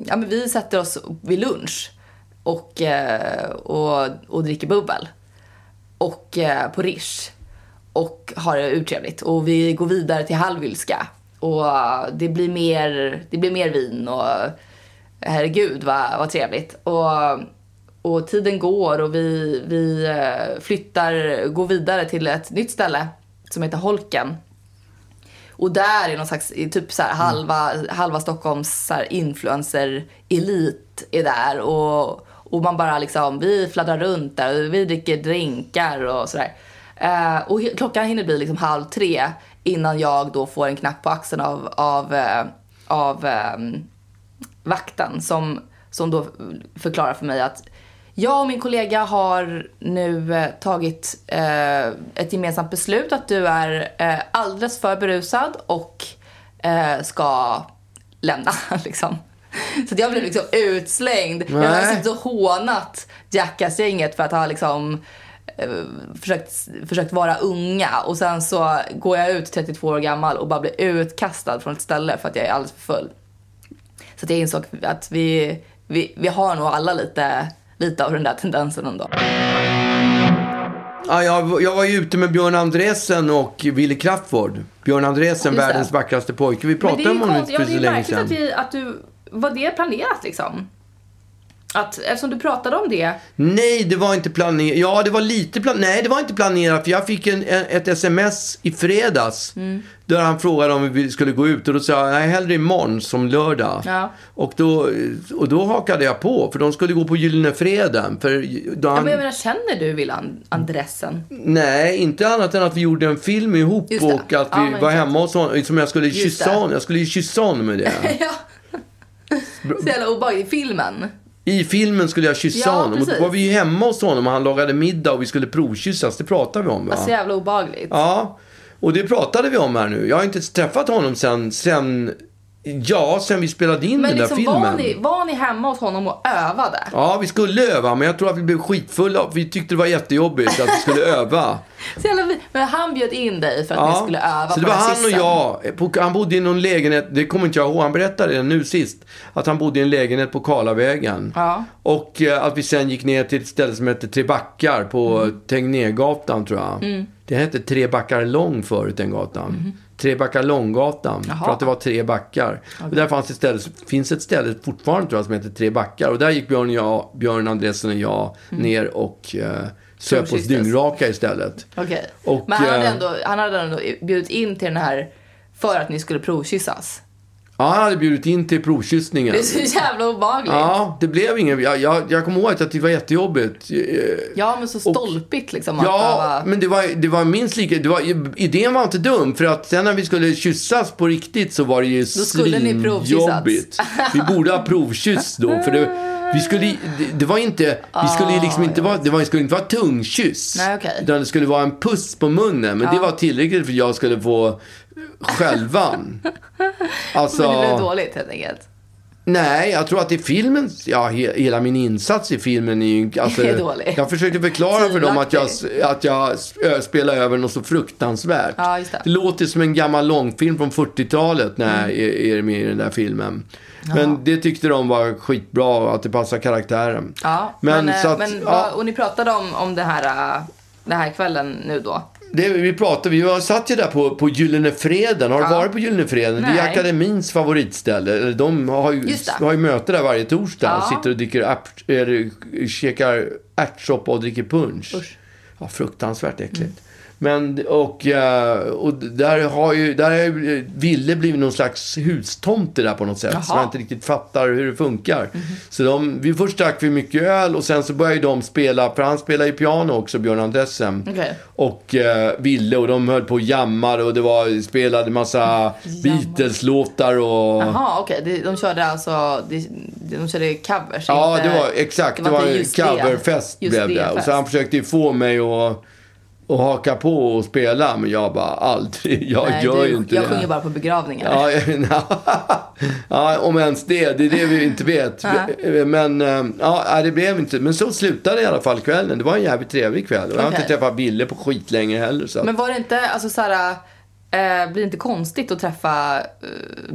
ja, men vi sätter oss vid lunch och, eh, och, och dricker bubbel. Och eh, på Rish. Och har det urtrevligt. Och vi går vidare till Halvylska. Och eh, det blir mer, det blir mer vin och eh, herregud vad, vad trevligt. Och, och tiden går och vi, vi eh, flyttar, går vidare till ett nytt ställe som heter Holken. Och där är någon slags, i typ så här, halva, halva Stockholms så här, influencer-elit är där. Och, och man bara liksom, vi fladdrar runt där och vi dricker drinkar och sådär. Eh, och he- klockan hinner bli liksom halv tre innan jag då får en knack på axeln av, av, eh, av ehm, vakten som, som då förklarar för mig att jag och min kollega har nu eh, tagit eh, ett gemensamt beslut att du är eh, alldeles för berusad och eh, ska lämna. Liksom. Så att jag blev liksom utslängd. Jag har
Nej.
suttit och hånat Jackass-gänget för att ha liksom, eh, försökt, försökt vara unga. Och sen så går jag ut 32 år gammal och bara blir utkastad från ett ställe för att jag är alldeles för full. Så att jag insåg att vi, vi, vi har nog alla lite, lite av den där tendensen ändå.
Ja, jag, jag var ju ute med Björn Andresen och Wille Crafoord. Björn Andresen,
Just det.
världens vackraste pojke. Vi pratade om honom inte för så länge sedan.
att du... Var det planerat liksom? Att, eftersom du pratade om det.
Nej, det var inte planerat. Ja, det var lite planerat. Nej, det var inte planerat. För jag fick en, en, ett sms i fredags.
Mm.
Där han frågade om vi skulle gå ut. Och då sa jag, nej, hellre imorgon som lördag.
Ja.
Och, då, och då hakade jag på. För de skulle gå på Gyllene Freden. För då han,
Men jag menar, känner du Will And- Andressen?
Nej, inte annat än att vi gjorde en film ihop.
Just det.
Och att
Ja,
vi
men
var
exakt.
hemma hos honom. Som jag skulle kyssa
det.
honom. Jag skulle ju kyssa honom med det.
Ja. Så jävla obehagligt. I filmen.
I filmen skulle jag kyssa
Ja,
honom. Och då
precis.
var vi ju hemma hos honom. Och han lagade middag och vi skulle provkyssas. Det pratade vi om va?
Alltså, Så jävla obehagligt.
Ja, och det pratade vi om här nu. Jag har inte träffat honom sen, sen Ja, sen vi spelade in
Men
den där
liksom,
filmen.
var ni, var ni hemma hos honom och övade?
Ja, vi skulle öva, men jag tror att vi blev skitfulla. Vi tyckte det var jättejobbigt att vi skulle öva.
Så jävla, vi- men han bjöd in dig för att ni skulle öva
så det
på
var
den
han och
sitsen.
jag. På, han bodde i någon lägenhet, det kommer inte jag ihåg, han berättade det nu sist. Att han bodde i en lägenhet på Karlavägen.
Ja.
Och eh, att vi sen gick ner till ett ställe som hette Tre backar på
Mm.
Tegnérgatan tror jag. Det hette Tre backar lång förut, den gatan.
Mm-hmm.
Tre backar långgatan. För att det var tre backar. Och där fanns ett ställe, finns ett ställe fortfarande tror jag som heter Tre backar. Och där gick Björn, och jag, Björn Andressen och jag
Mm.
ner och eh, söp oss
Trumskiftes.
dyngraka istället.
Okej.
Och,
Men han hade,
eh,
ändå, han hade ändå bjudit in till den här för att ni skulle provkyssas.
Ja, han hade bjudit in till provkyssningen.
Det är så jävla obehagligt. Ja,
Ja, det blev ingen. Jag, jag, jag kommer ihåg att jag tyckte det var jättejobbigt. Eh,
men så stolpigt liksom. Att
Ja,
öva.
men det var, det var minst lika... Det var, idén var inte dum, för att sen när vi skulle kyssas på riktigt så var det ju
skulle ni provkyssats.
svinjobbigt. Vi borde ha provkyss då, för det, vi skulle, det, det var inte... Vi skulle ju liksom inte vara, det var, det skulle inte vara tungkyss.
Nej, okej.
Utan det skulle vara en puss på munnen, men det var tillräckligt för att jag skulle få självan. Alltså...
Men det blev dåligt helt enkelt.
Nej, jag tror att i filmen, ja he, hela min insats i filmen är ju... Alltså,
Är dålig.
Jag försökte förklara för dem att jag,
Tvivelaktig.
att jag ö, spelar över något så fruktansvärt.
Ja, just det. Mm.
låter som en gammal långfilm från 40-talet när jag är, är med i den där filmen. Men det tyckte de var skitbra och att det passar karaktären.
Ja, men,
men,
eh,
så att,
men vad-
ja,
och ni pratade om, om det här, eh, den här kvällen nu då.
det, vi pratade, vi var- satt ju där på, på Gyllene Freden. Har du varit på Gyllene Freden? Det är
Nej.
akademins favoritställe. Eller De har ju,
Just det.
har ju möte där varje torsdag.
Ja.
Och sitter och dricker ärt, eller, käkar ärtsoppa och dricker punch. Ja, fruktansvärt äckligt.
Mm.
Men, och, eh, och där har ju, där har ju eh, Ville blivit någon slags hustomte där på något sätt. Som jag inte riktigt fattar hur det funkar.
Mm-hmm.
Så de, vi först drack vi mycket öl och sen så började ju de spela, för han spelar ju piano också, Björn Andressen.
Okej.
Och eh, Ville och de höll på och jammade och det var, spelade massa Beatles-låtar och...
Jaha, okej. De, de körde alltså, de, de körde covers.
Ja,
inte-
det var exakt. Det var,
inte
en
just
coverfest
Just
blev det. Och så
fest.
han försökte ju få mig att, att haka på och spela, men jag bara aldrig. Jag
Nej,
gör
du-
ju inte
jag
det.
sjunger bara på begravningar.
Ja, ja, om ens det. Det är det vi inte vet. Men eh, ja, nej, det blev inte. Men så slutade i alla fall kvällen. Det var en jävligt trevlig kväll. Och Jag har inte
Okej.
träffat Bille på skitlänge heller. Så. att-
Men var det inte, alltså såhär, eh, blir det inte konstigt att träffa eh,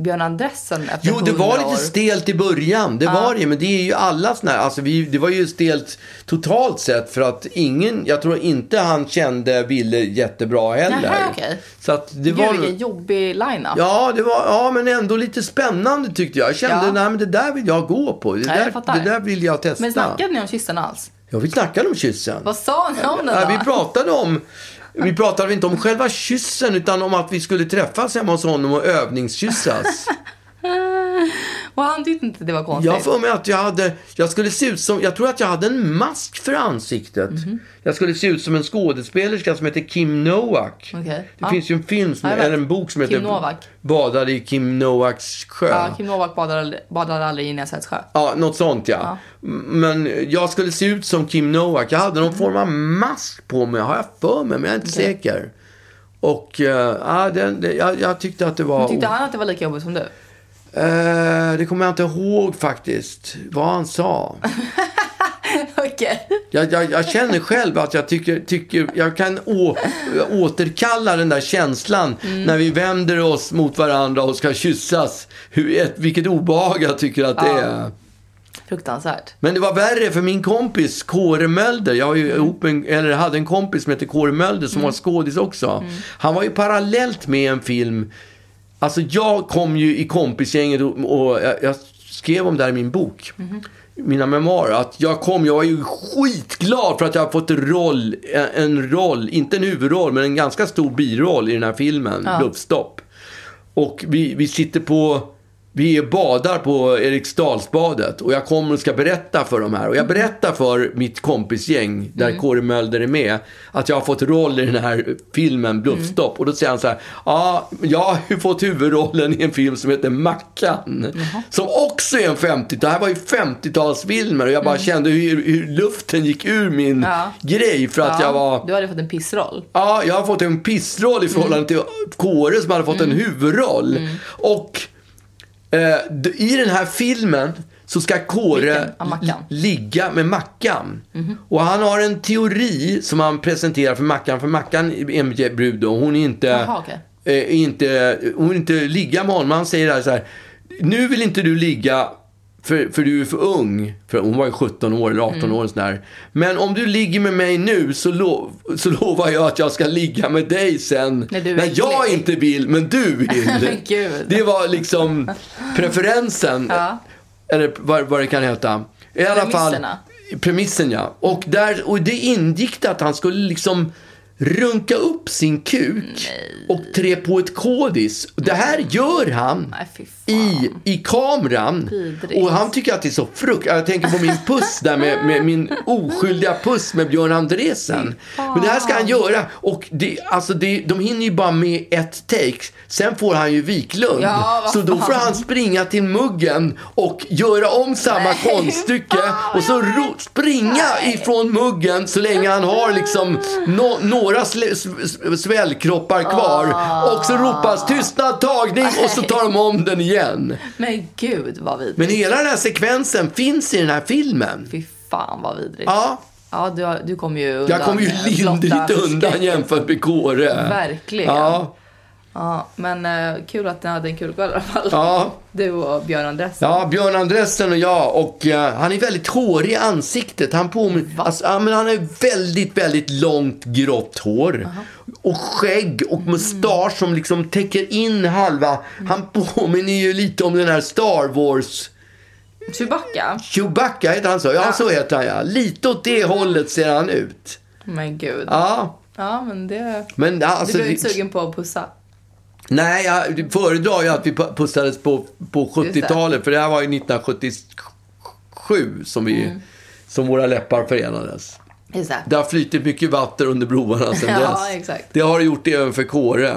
Björn Andressen efter
Jo, det
100
var lite
år?
stelt i början. Det var det Men det är ju alla såna här. Alltså, vi, det var ju stelt totalt sett. För att ingen, jag tror inte han kände Ville jättebra heller.
Nähä, okej.
Så att det
Gud,
var...
vilken jobbig line-up.
Ja, det var, ja, men ändå lite spännande tyckte jag. Jag kände,
Ja.
nej men det där vill jag gå på. Det,
Ja, jag
där,
fattar.
det där vill jag testa.
Men snackade ni om kyssen alls?
Ja, vi snackade om kyssen.
Vad sa ni om den då?
Ja, vi pratade om vi pratade inte om själva kyssen utan om att vi skulle träffas hemma hos honom och övningskyssas.
Och han tyckte inte det var konstigt?
Jag har för mig att jag hade, jag skulle se ut som, jag tror att jag hade en mask för ansiktet.
Mhm.
Jag skulle se ut som en skådespelerska som heter Kim Novak.
Okej.
Det
Ja.
finns ju en film, som,
Ja, jag vet.
eller en bok som
Kim
heter
Novak.
Badade i Kim Novaks sjö.
Ja, Kim Novak badar, aldrig- badar aldrig i Näshälls sjö.
Ja, något sånt ja. Men jag skulle se ut som Kim Novak. Jag hade
Mhm.
någon form av mask på mig, har jag för mig, men jag är inte säker. Och eh, ja, den, den, jag, jag tyckte att det var...
Tyckte han att det var lika jobbigt som du?
Eh, det kommer jag inte ihåg faktiskt, vad han sa.
Okej.
Jag, jag, jag känner själv att jag tycker, tycker jag kan å, återkalla den där känslan när vi vänder oss mot varandra och ska kyssas. Hur, ett, vilket obehag jag tycker att det är.
Fruktansvärt.
Men det var värre för min kompis Kåre Mölder. Jag var ju ihop en, eller hade en kompis som hette Kåre Mölder som var skådis också. Han var ju parallellt med en film. Alltså jag kom ju i kompisgänget och, och jag, jag skrev om det här i min bok. Mina memoarer. Att jag kom, jag var ju skitglad för att jag fått en roll, en- en roll, inte en huvudroll, men en ganska stor biroll i den här filmen, Bluffstopp. Och vi, vi sitter på... Vi är badar på Eriksdalsbadet och jag kommer och ska berätta för de här. Och jag berättar för mitt kompisgäng, där
Mm.
Kåre Mölder är med, att jag har fått roll i den här
Mm.
filmen Bluffstopp. Och då säger han så här, ja, jag har ju fått huvudrollen i en film som heter Mackan. Som också är en 50 Det här var ju 50-talsfilmer och jag bara kände hur, hur luften gick ur min
Mm. Ja.
grej för att
Ja,
jag var...
Du hade fått en pissroll.
Ja, jag har fått
Mm.
en pissroll i förhållande till Kåre som hade fått en huvudroll. Och Eh, d- I den här filmen så ska
Vilken?
Kåre
Ja, Mackan.
li- ligga med Mackan. Och han har en teori som han presenterar för Mackan. För Mackan är en brud och hon är inte,
Jaha, okej.
eh, inte, hon vill inte ligga med honom. Han säger alltså så här, nu vill inte du ligga för, för du är för ung. För hon var ju 17 år eller 18
Mm.
år. och sån där. Men om du ligger med mig nu så, lo, så lovar jag att jag ska ligga med dig sen.
När du är
jag
ledig.
inte vill, men du vill.
Men gud.
Det var liksom preferensen.
Ja.
Eller vad, vad det kan heta. I alla fall.
Premisserna.
Premissen ja. Och, där, och det ingick det att han skulle liksom runka upp sin kuk och trä på ett kodis. Det här gör han
Nej, fy fan.
i, i kameran.
Vidrigt.
Och han tycker att det är så fruktansvärt. Jag tänker på min puss där med, med min oskyldiga puss med Björn Andresen. Men det här ska han göra. Och det, alltså det, de hinner ju bara med ett take. Sen får han ju viklund.
Ja, vad
så då får
fan.
han springa till muggen och göra om samma konststycke.
Ah,
Och så ro, springa ifrån muggen så länge han har liksom nå- några sl- s- svällkroppar kvar.
Ah.
Och så ropas tystnad, tagning och så tar de om den igen.
Men gud vad vidrigt.
Men hela den här sekvensen finns i den här filmen.
Fy fan vad vidrigt.
Ja,
Ja, du, har- du kom ju undan.
jag kommer ju
eh,
lindrigt
blotta
undan
förskräck-
jämfört med Kåre.
Verkligen.
Ja,
Ja, men eh, kul att ni hade en kul kväll i alla fall.
ja.
Du och Björn Andressen.
Ja, Björn Andressen och jag. Och eh, han är väldigt hårig i ansiktet. Han påminner... Alltså, ja, men han har väldigt, väldigt långt grått hår. Och skägg
Mm.
och mustasch som liksom täcker in halva... Han påminner ju lite om den här Star Wars...
Chewbacca.
Chewbacca heter han så? Ja, så heter han ja. Lite åt det hållet ser han ut.
Men gud. Oh Ja,
Ja,
men det...
men
Du
alltså...
blev
det-
inte sugen på att pussa?
Nej, jag föredrar ju att vi pu- pussades på, på 70-talet. För det här var ju 1977 som, vi,
Mm.
som våra läppar förenades.
Just det.
Det har flytit mycket vatten under broarna sedan
Ja,
dess.
exakt.
Det har det gjort även för Kåre.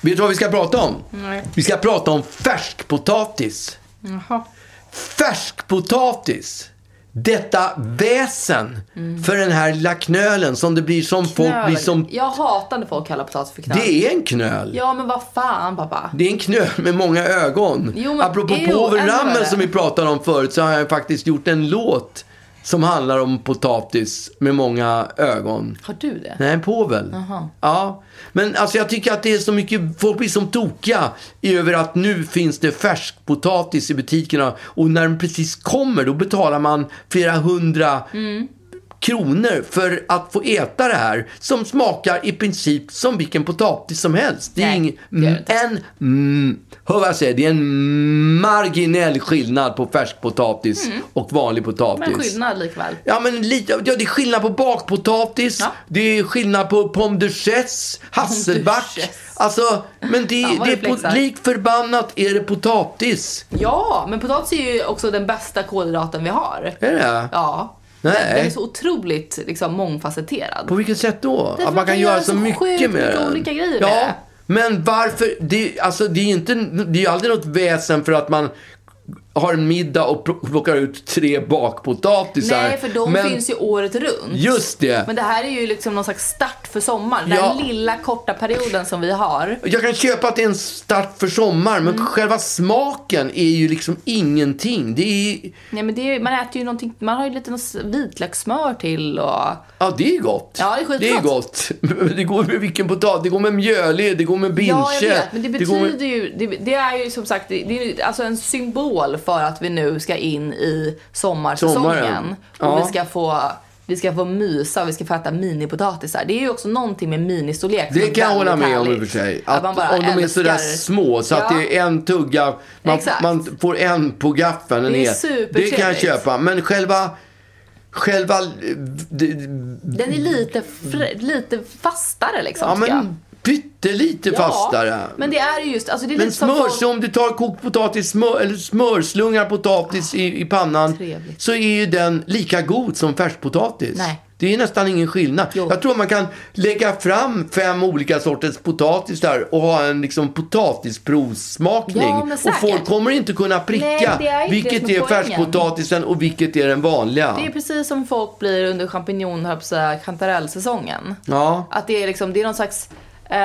Vet du vad vi ska prata om?
Nej.
Vi ska prata om färskpotatis.
Jaha.
Färskpotatis. Detta väsen för den här lilla knölen som det blir som folk blir
Mm. Knöl.
som...
Jag hatar när folk kallar potatis för knöl.
Det är en knöl.
Ja, men vad fan pappa.
Det är en knöl med många ögon.
Jo, men-
Apropå
ew,
Povel
ännu
Ramel
värre.
som vi pratade om förut så har jag faktiskt gjort en låt som handlar om potatis med många ögon.
Har du det?
Nej, en påvel. Ja. Men alltså jag tycker att det är så mycket, folk blir som tokiga över att nu finns det färskpotatis i butikerna och när den precis kommer då betalar man flera hundra
Mm.
kronor för att få äta det här som smakar i princip som vilken potatis som helst. Det är
Nej,
ing-
det gör det inte.
en, mm, hör vad jag säger, det är en marginell skillnad på färskpotatis och vanlig potatis.
Mm. Men skillnad likväl.
Ja, men lite, ja, det är skillnad på bakpotatis,
Ja.
det är skillnad på pommes de chesse, hasselback.
Pommes de chesse.
Alltså, men det,
Fan, vad
det
du
är
flexar.
på, lik förbannat är det potatis.
Ja, men potatis är ju också den bästa kolhydraten vi har.
Är det?
Ja.
Nej.
Den är så otroligt liksom, mångfacetterad.
På vilket sätt då?
Därför
Att man kan göra så mycket
sjukt
med
mycket
den.
olika grejer
ja,
med det.
Men varför? Det, alltså, det är ju inte, det är ju aldrig något väsen för att man har en middag och pl- plockar ut tre bakpotatisar.
Nej, för de
men,
finns ju året runt.
Just det.
Men det här är ju liksom någon slags start för sommaren.
Ja.
Den lilla korta perioden som vi har.
Jag kan köpa att det är en start för sommar, men
Mm.
själva smaken är ju liksom ingenting. Det är,
Nej, men det är, ju- man äter ju någonting, man har ju lite något s- vitlökssmör till och...
ja, det är gott.
Ja, det är skitgott.
Det är gott. Det går med vilken potatis, det går med mjölig, det går med binche.
Ja, jag vet, men det
går
betyder
med-
ju, det, det är ju som sagt, det, det är ju alltså en symbol för att vi nu ska in i sommarsäsongen.
Sommaren. Ja.
Och vi ska få vi ska få mysa och vi ska få äta minipotatisar. Det är ju också någonting med ministorlek som
Det
är
kan jag
väldigt
hålla med om i
härligt.
och för sig.
Att
Att
man bara
om de är
älskar-
sådär små så att
Ja.
det är en tugga, man,
Exakt.
man får en på gaffeln. en
Det är
hel. det kan jag
supertrevligt.
köpa. Men själva, själva, eh, det-
Den är lite, fr- lite fastare liksom
ja
tycker jag.
men pyttelite
Ja,
fastare.
Men det är ju just, alltså det är
Men
lite som
smör,
folk-
så om du tar kokt potatis, smör, eller smörslungar potatis i, i pannan
Ah, trevligt.
så är ju den lika god som färskpotatis.
Nej.
Det är nästan ingen skillnad.
Jo.
Jag tror man kan lägga fram fem olika sorters potatis där och ha en liksom potatisprovsmakning.
Ja, men
och
säkert.
folk kommer inte kunna pricka
det är inte det
vilket
som är
är
poängen.
färskpotatisen och vilket är den vanliga.
Det är precis som folk blir under champinjon, höll jag på att säga, kantarellsäsongen.
Ja.
Att det är liksom, det är någon slags, eh,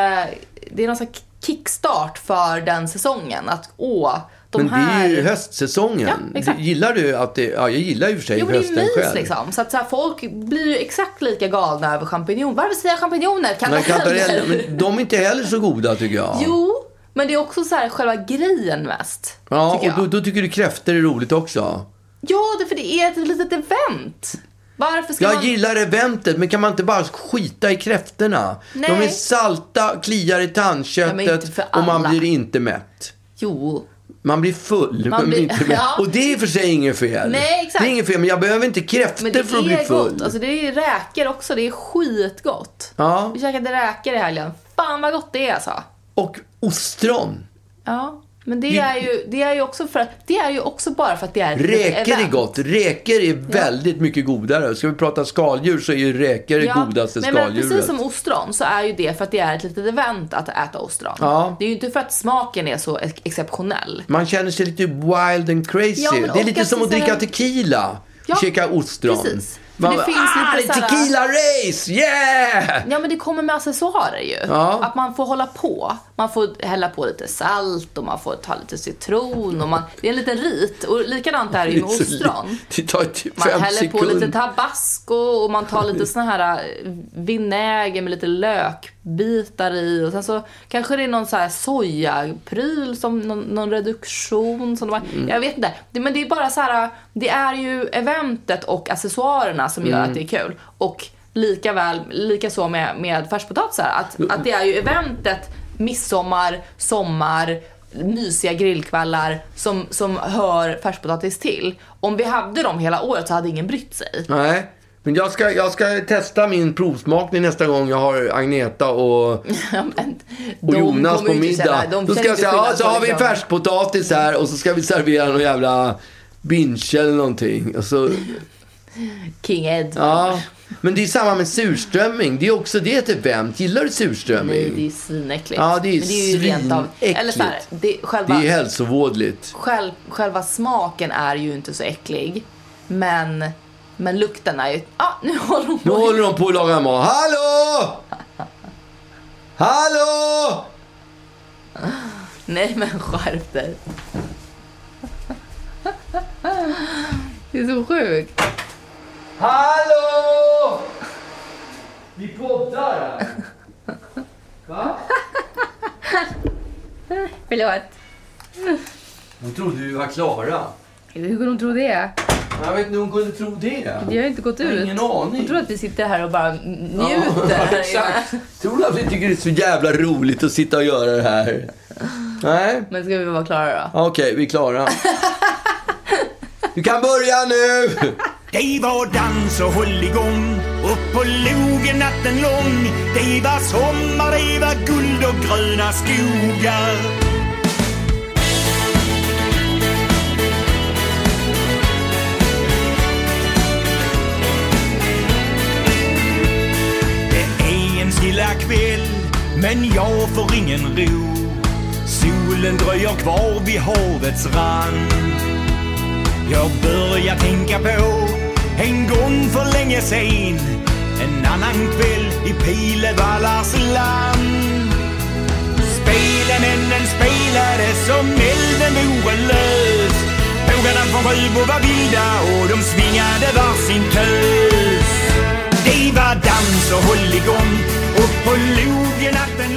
det är någon slags kickstart för den säsongen. Att åh, de
Men
här...
det är ju höstsäsongen.
Ja, exakt.
gillar du att det... Ja, jag gillar ju för sig
Jo men det är
hösten
ju mys
själv.
liksom. Så att så här, folk blir ju exakt lika galna över champinjoner. Varför säger jag champinjoner?
Men
Kantareller?
kantareller, men de är inte heller så goda tycker jag.
Alltså. Jo, men det är också så här själva grejen mest.
Ja,
tycker
och då,
jag.
då tycker du kräftor är roligt också.
Ja, det, för det är ett litet event. Varför ska
Jag
man...
gillar eventet, men kan man inte bara skita i kräftorna?
Nej.
De är salta, kliar i
Ja, men inte
tandköttet
för
och man
alla.
blir inte mätt.
Jo.
Man blir full,
Man
men
blir-
inte mätt.
Ja.
Och det är i och för sig inget fel.
Nej, exakt.
Det är inget fel, men jag behöver inte
Men
kräftor
det
för att bli
är
full.
gott. Alltså det är räkor också. Det är skitgott.
Ja.
Vi käkade räkor i helgen. Fan vad gott det är alltså.
Och ostron.
Ja. Men det är ju, det är ju också för att, det är ju också bara för att det är ett litet
Räkor är
event.
gott. Räkor är väldigt mycket godare. Ska vi prata skaldjur så är ju räkor det godaste
Nej, men
skaldjuret.
precis som ostron så är ju det för att det är ett litet event att äta ostron.
Ja.
Det är ju inte för att smaken är så ex- exceptionell.
Man känner sig lite wild and crazy.
Ja, men
det är
och
lite
att
som
det
att
så här-
dricka tequila.
Ja,
Käka ostron.
precis. För
Man
det
bara,
finns
ah,
lite
det är
så här-
tequila race, yeah!
Ja men det kommer med accessoarer ju.
Ja.
Att man får hålla på. Man får hälla på lite salt och man får ta lite citron och man, det är en liten rit. Och likadant är det ju med
Så li-
ostron.
Det tar typ
Man
fem
häller på lite
sekunder.
tabasco och man tar lite sån här eh, vinäger med lite lökbitar i och sen så kanske det är någon så här sojapryl som någon, någon reduktion som de har. Jag vet inte. Det- Men det är bara så här, det är ju eventet och accessoarerna som gör att det är kul. Och lika väl, lika så med, med färskpotatisar. Att, att det är ju eventet midsommar, sommar, mysiga grillkvällar som, som hör färskpotatis till. Om vi hade dem hela året så hade ingen brytt sig.
Nej, men jag ska, jag ska testa min provsmakning nästa gång jag har Agneta och,
Ja, men
och
de
Jonas
kommer
på
ju inte känna-
middag.
de
Då ska
känner
jag säga, ja
inte skillnad
så
på
har vi
liksom-
färskpotatis här och så ska vi servera någon jävla binche eller någonting. Och så,
King Ed.
ja. Men det är samma med surströmming. Det är också det ett event. Gillar du surströmming?
Nej, det är svinäckligt.
Ja, det är
Men det är ju rent av...
svinäckligt.
Eller så här, det,
Det
själva,
är hälsovådligt.
själv, själva smaken är ju inte så äcklig. Men, men lukten är ju... Ah, nu håller hon
Nu
på.
håller de på att laga mat. Hallå! Hallå!
Nej, men skärp dig. Det är så sjukt.
Hallå! Vi poddar här. Va?
Förlåt.
Hon trodde vi var klara.
Hur kunde hon tro det?
Jag vet inte hon kunde tro det.
Vi har ju inte gått
Jag har
ut.
ingen aning.
Hon tror att vi sitter här och bara njuter.
Ja,
här inne.
exakt. Tror du att vi tycker det är så jävla roligt att sitta och göra det här? Nej.
Men ska vi vara klara då?
Okej, vi är klara. Du kan börja nu!
Det var dans och hålligång upp på logen natten lång. Det var sommar, det var guld och gröna skogar. Det är en stilla kväll, men jag får ingen ro. Solen dröjer kvar vid havets rand. Jag börjar tänka på en gång för länge sen En annan kväll i Pilevallas land Spelemännen spelade som elden vore lös Bågarna från Sjöbo var vilda och de svingade varsin tös Det var dans och hålligång och på logen att den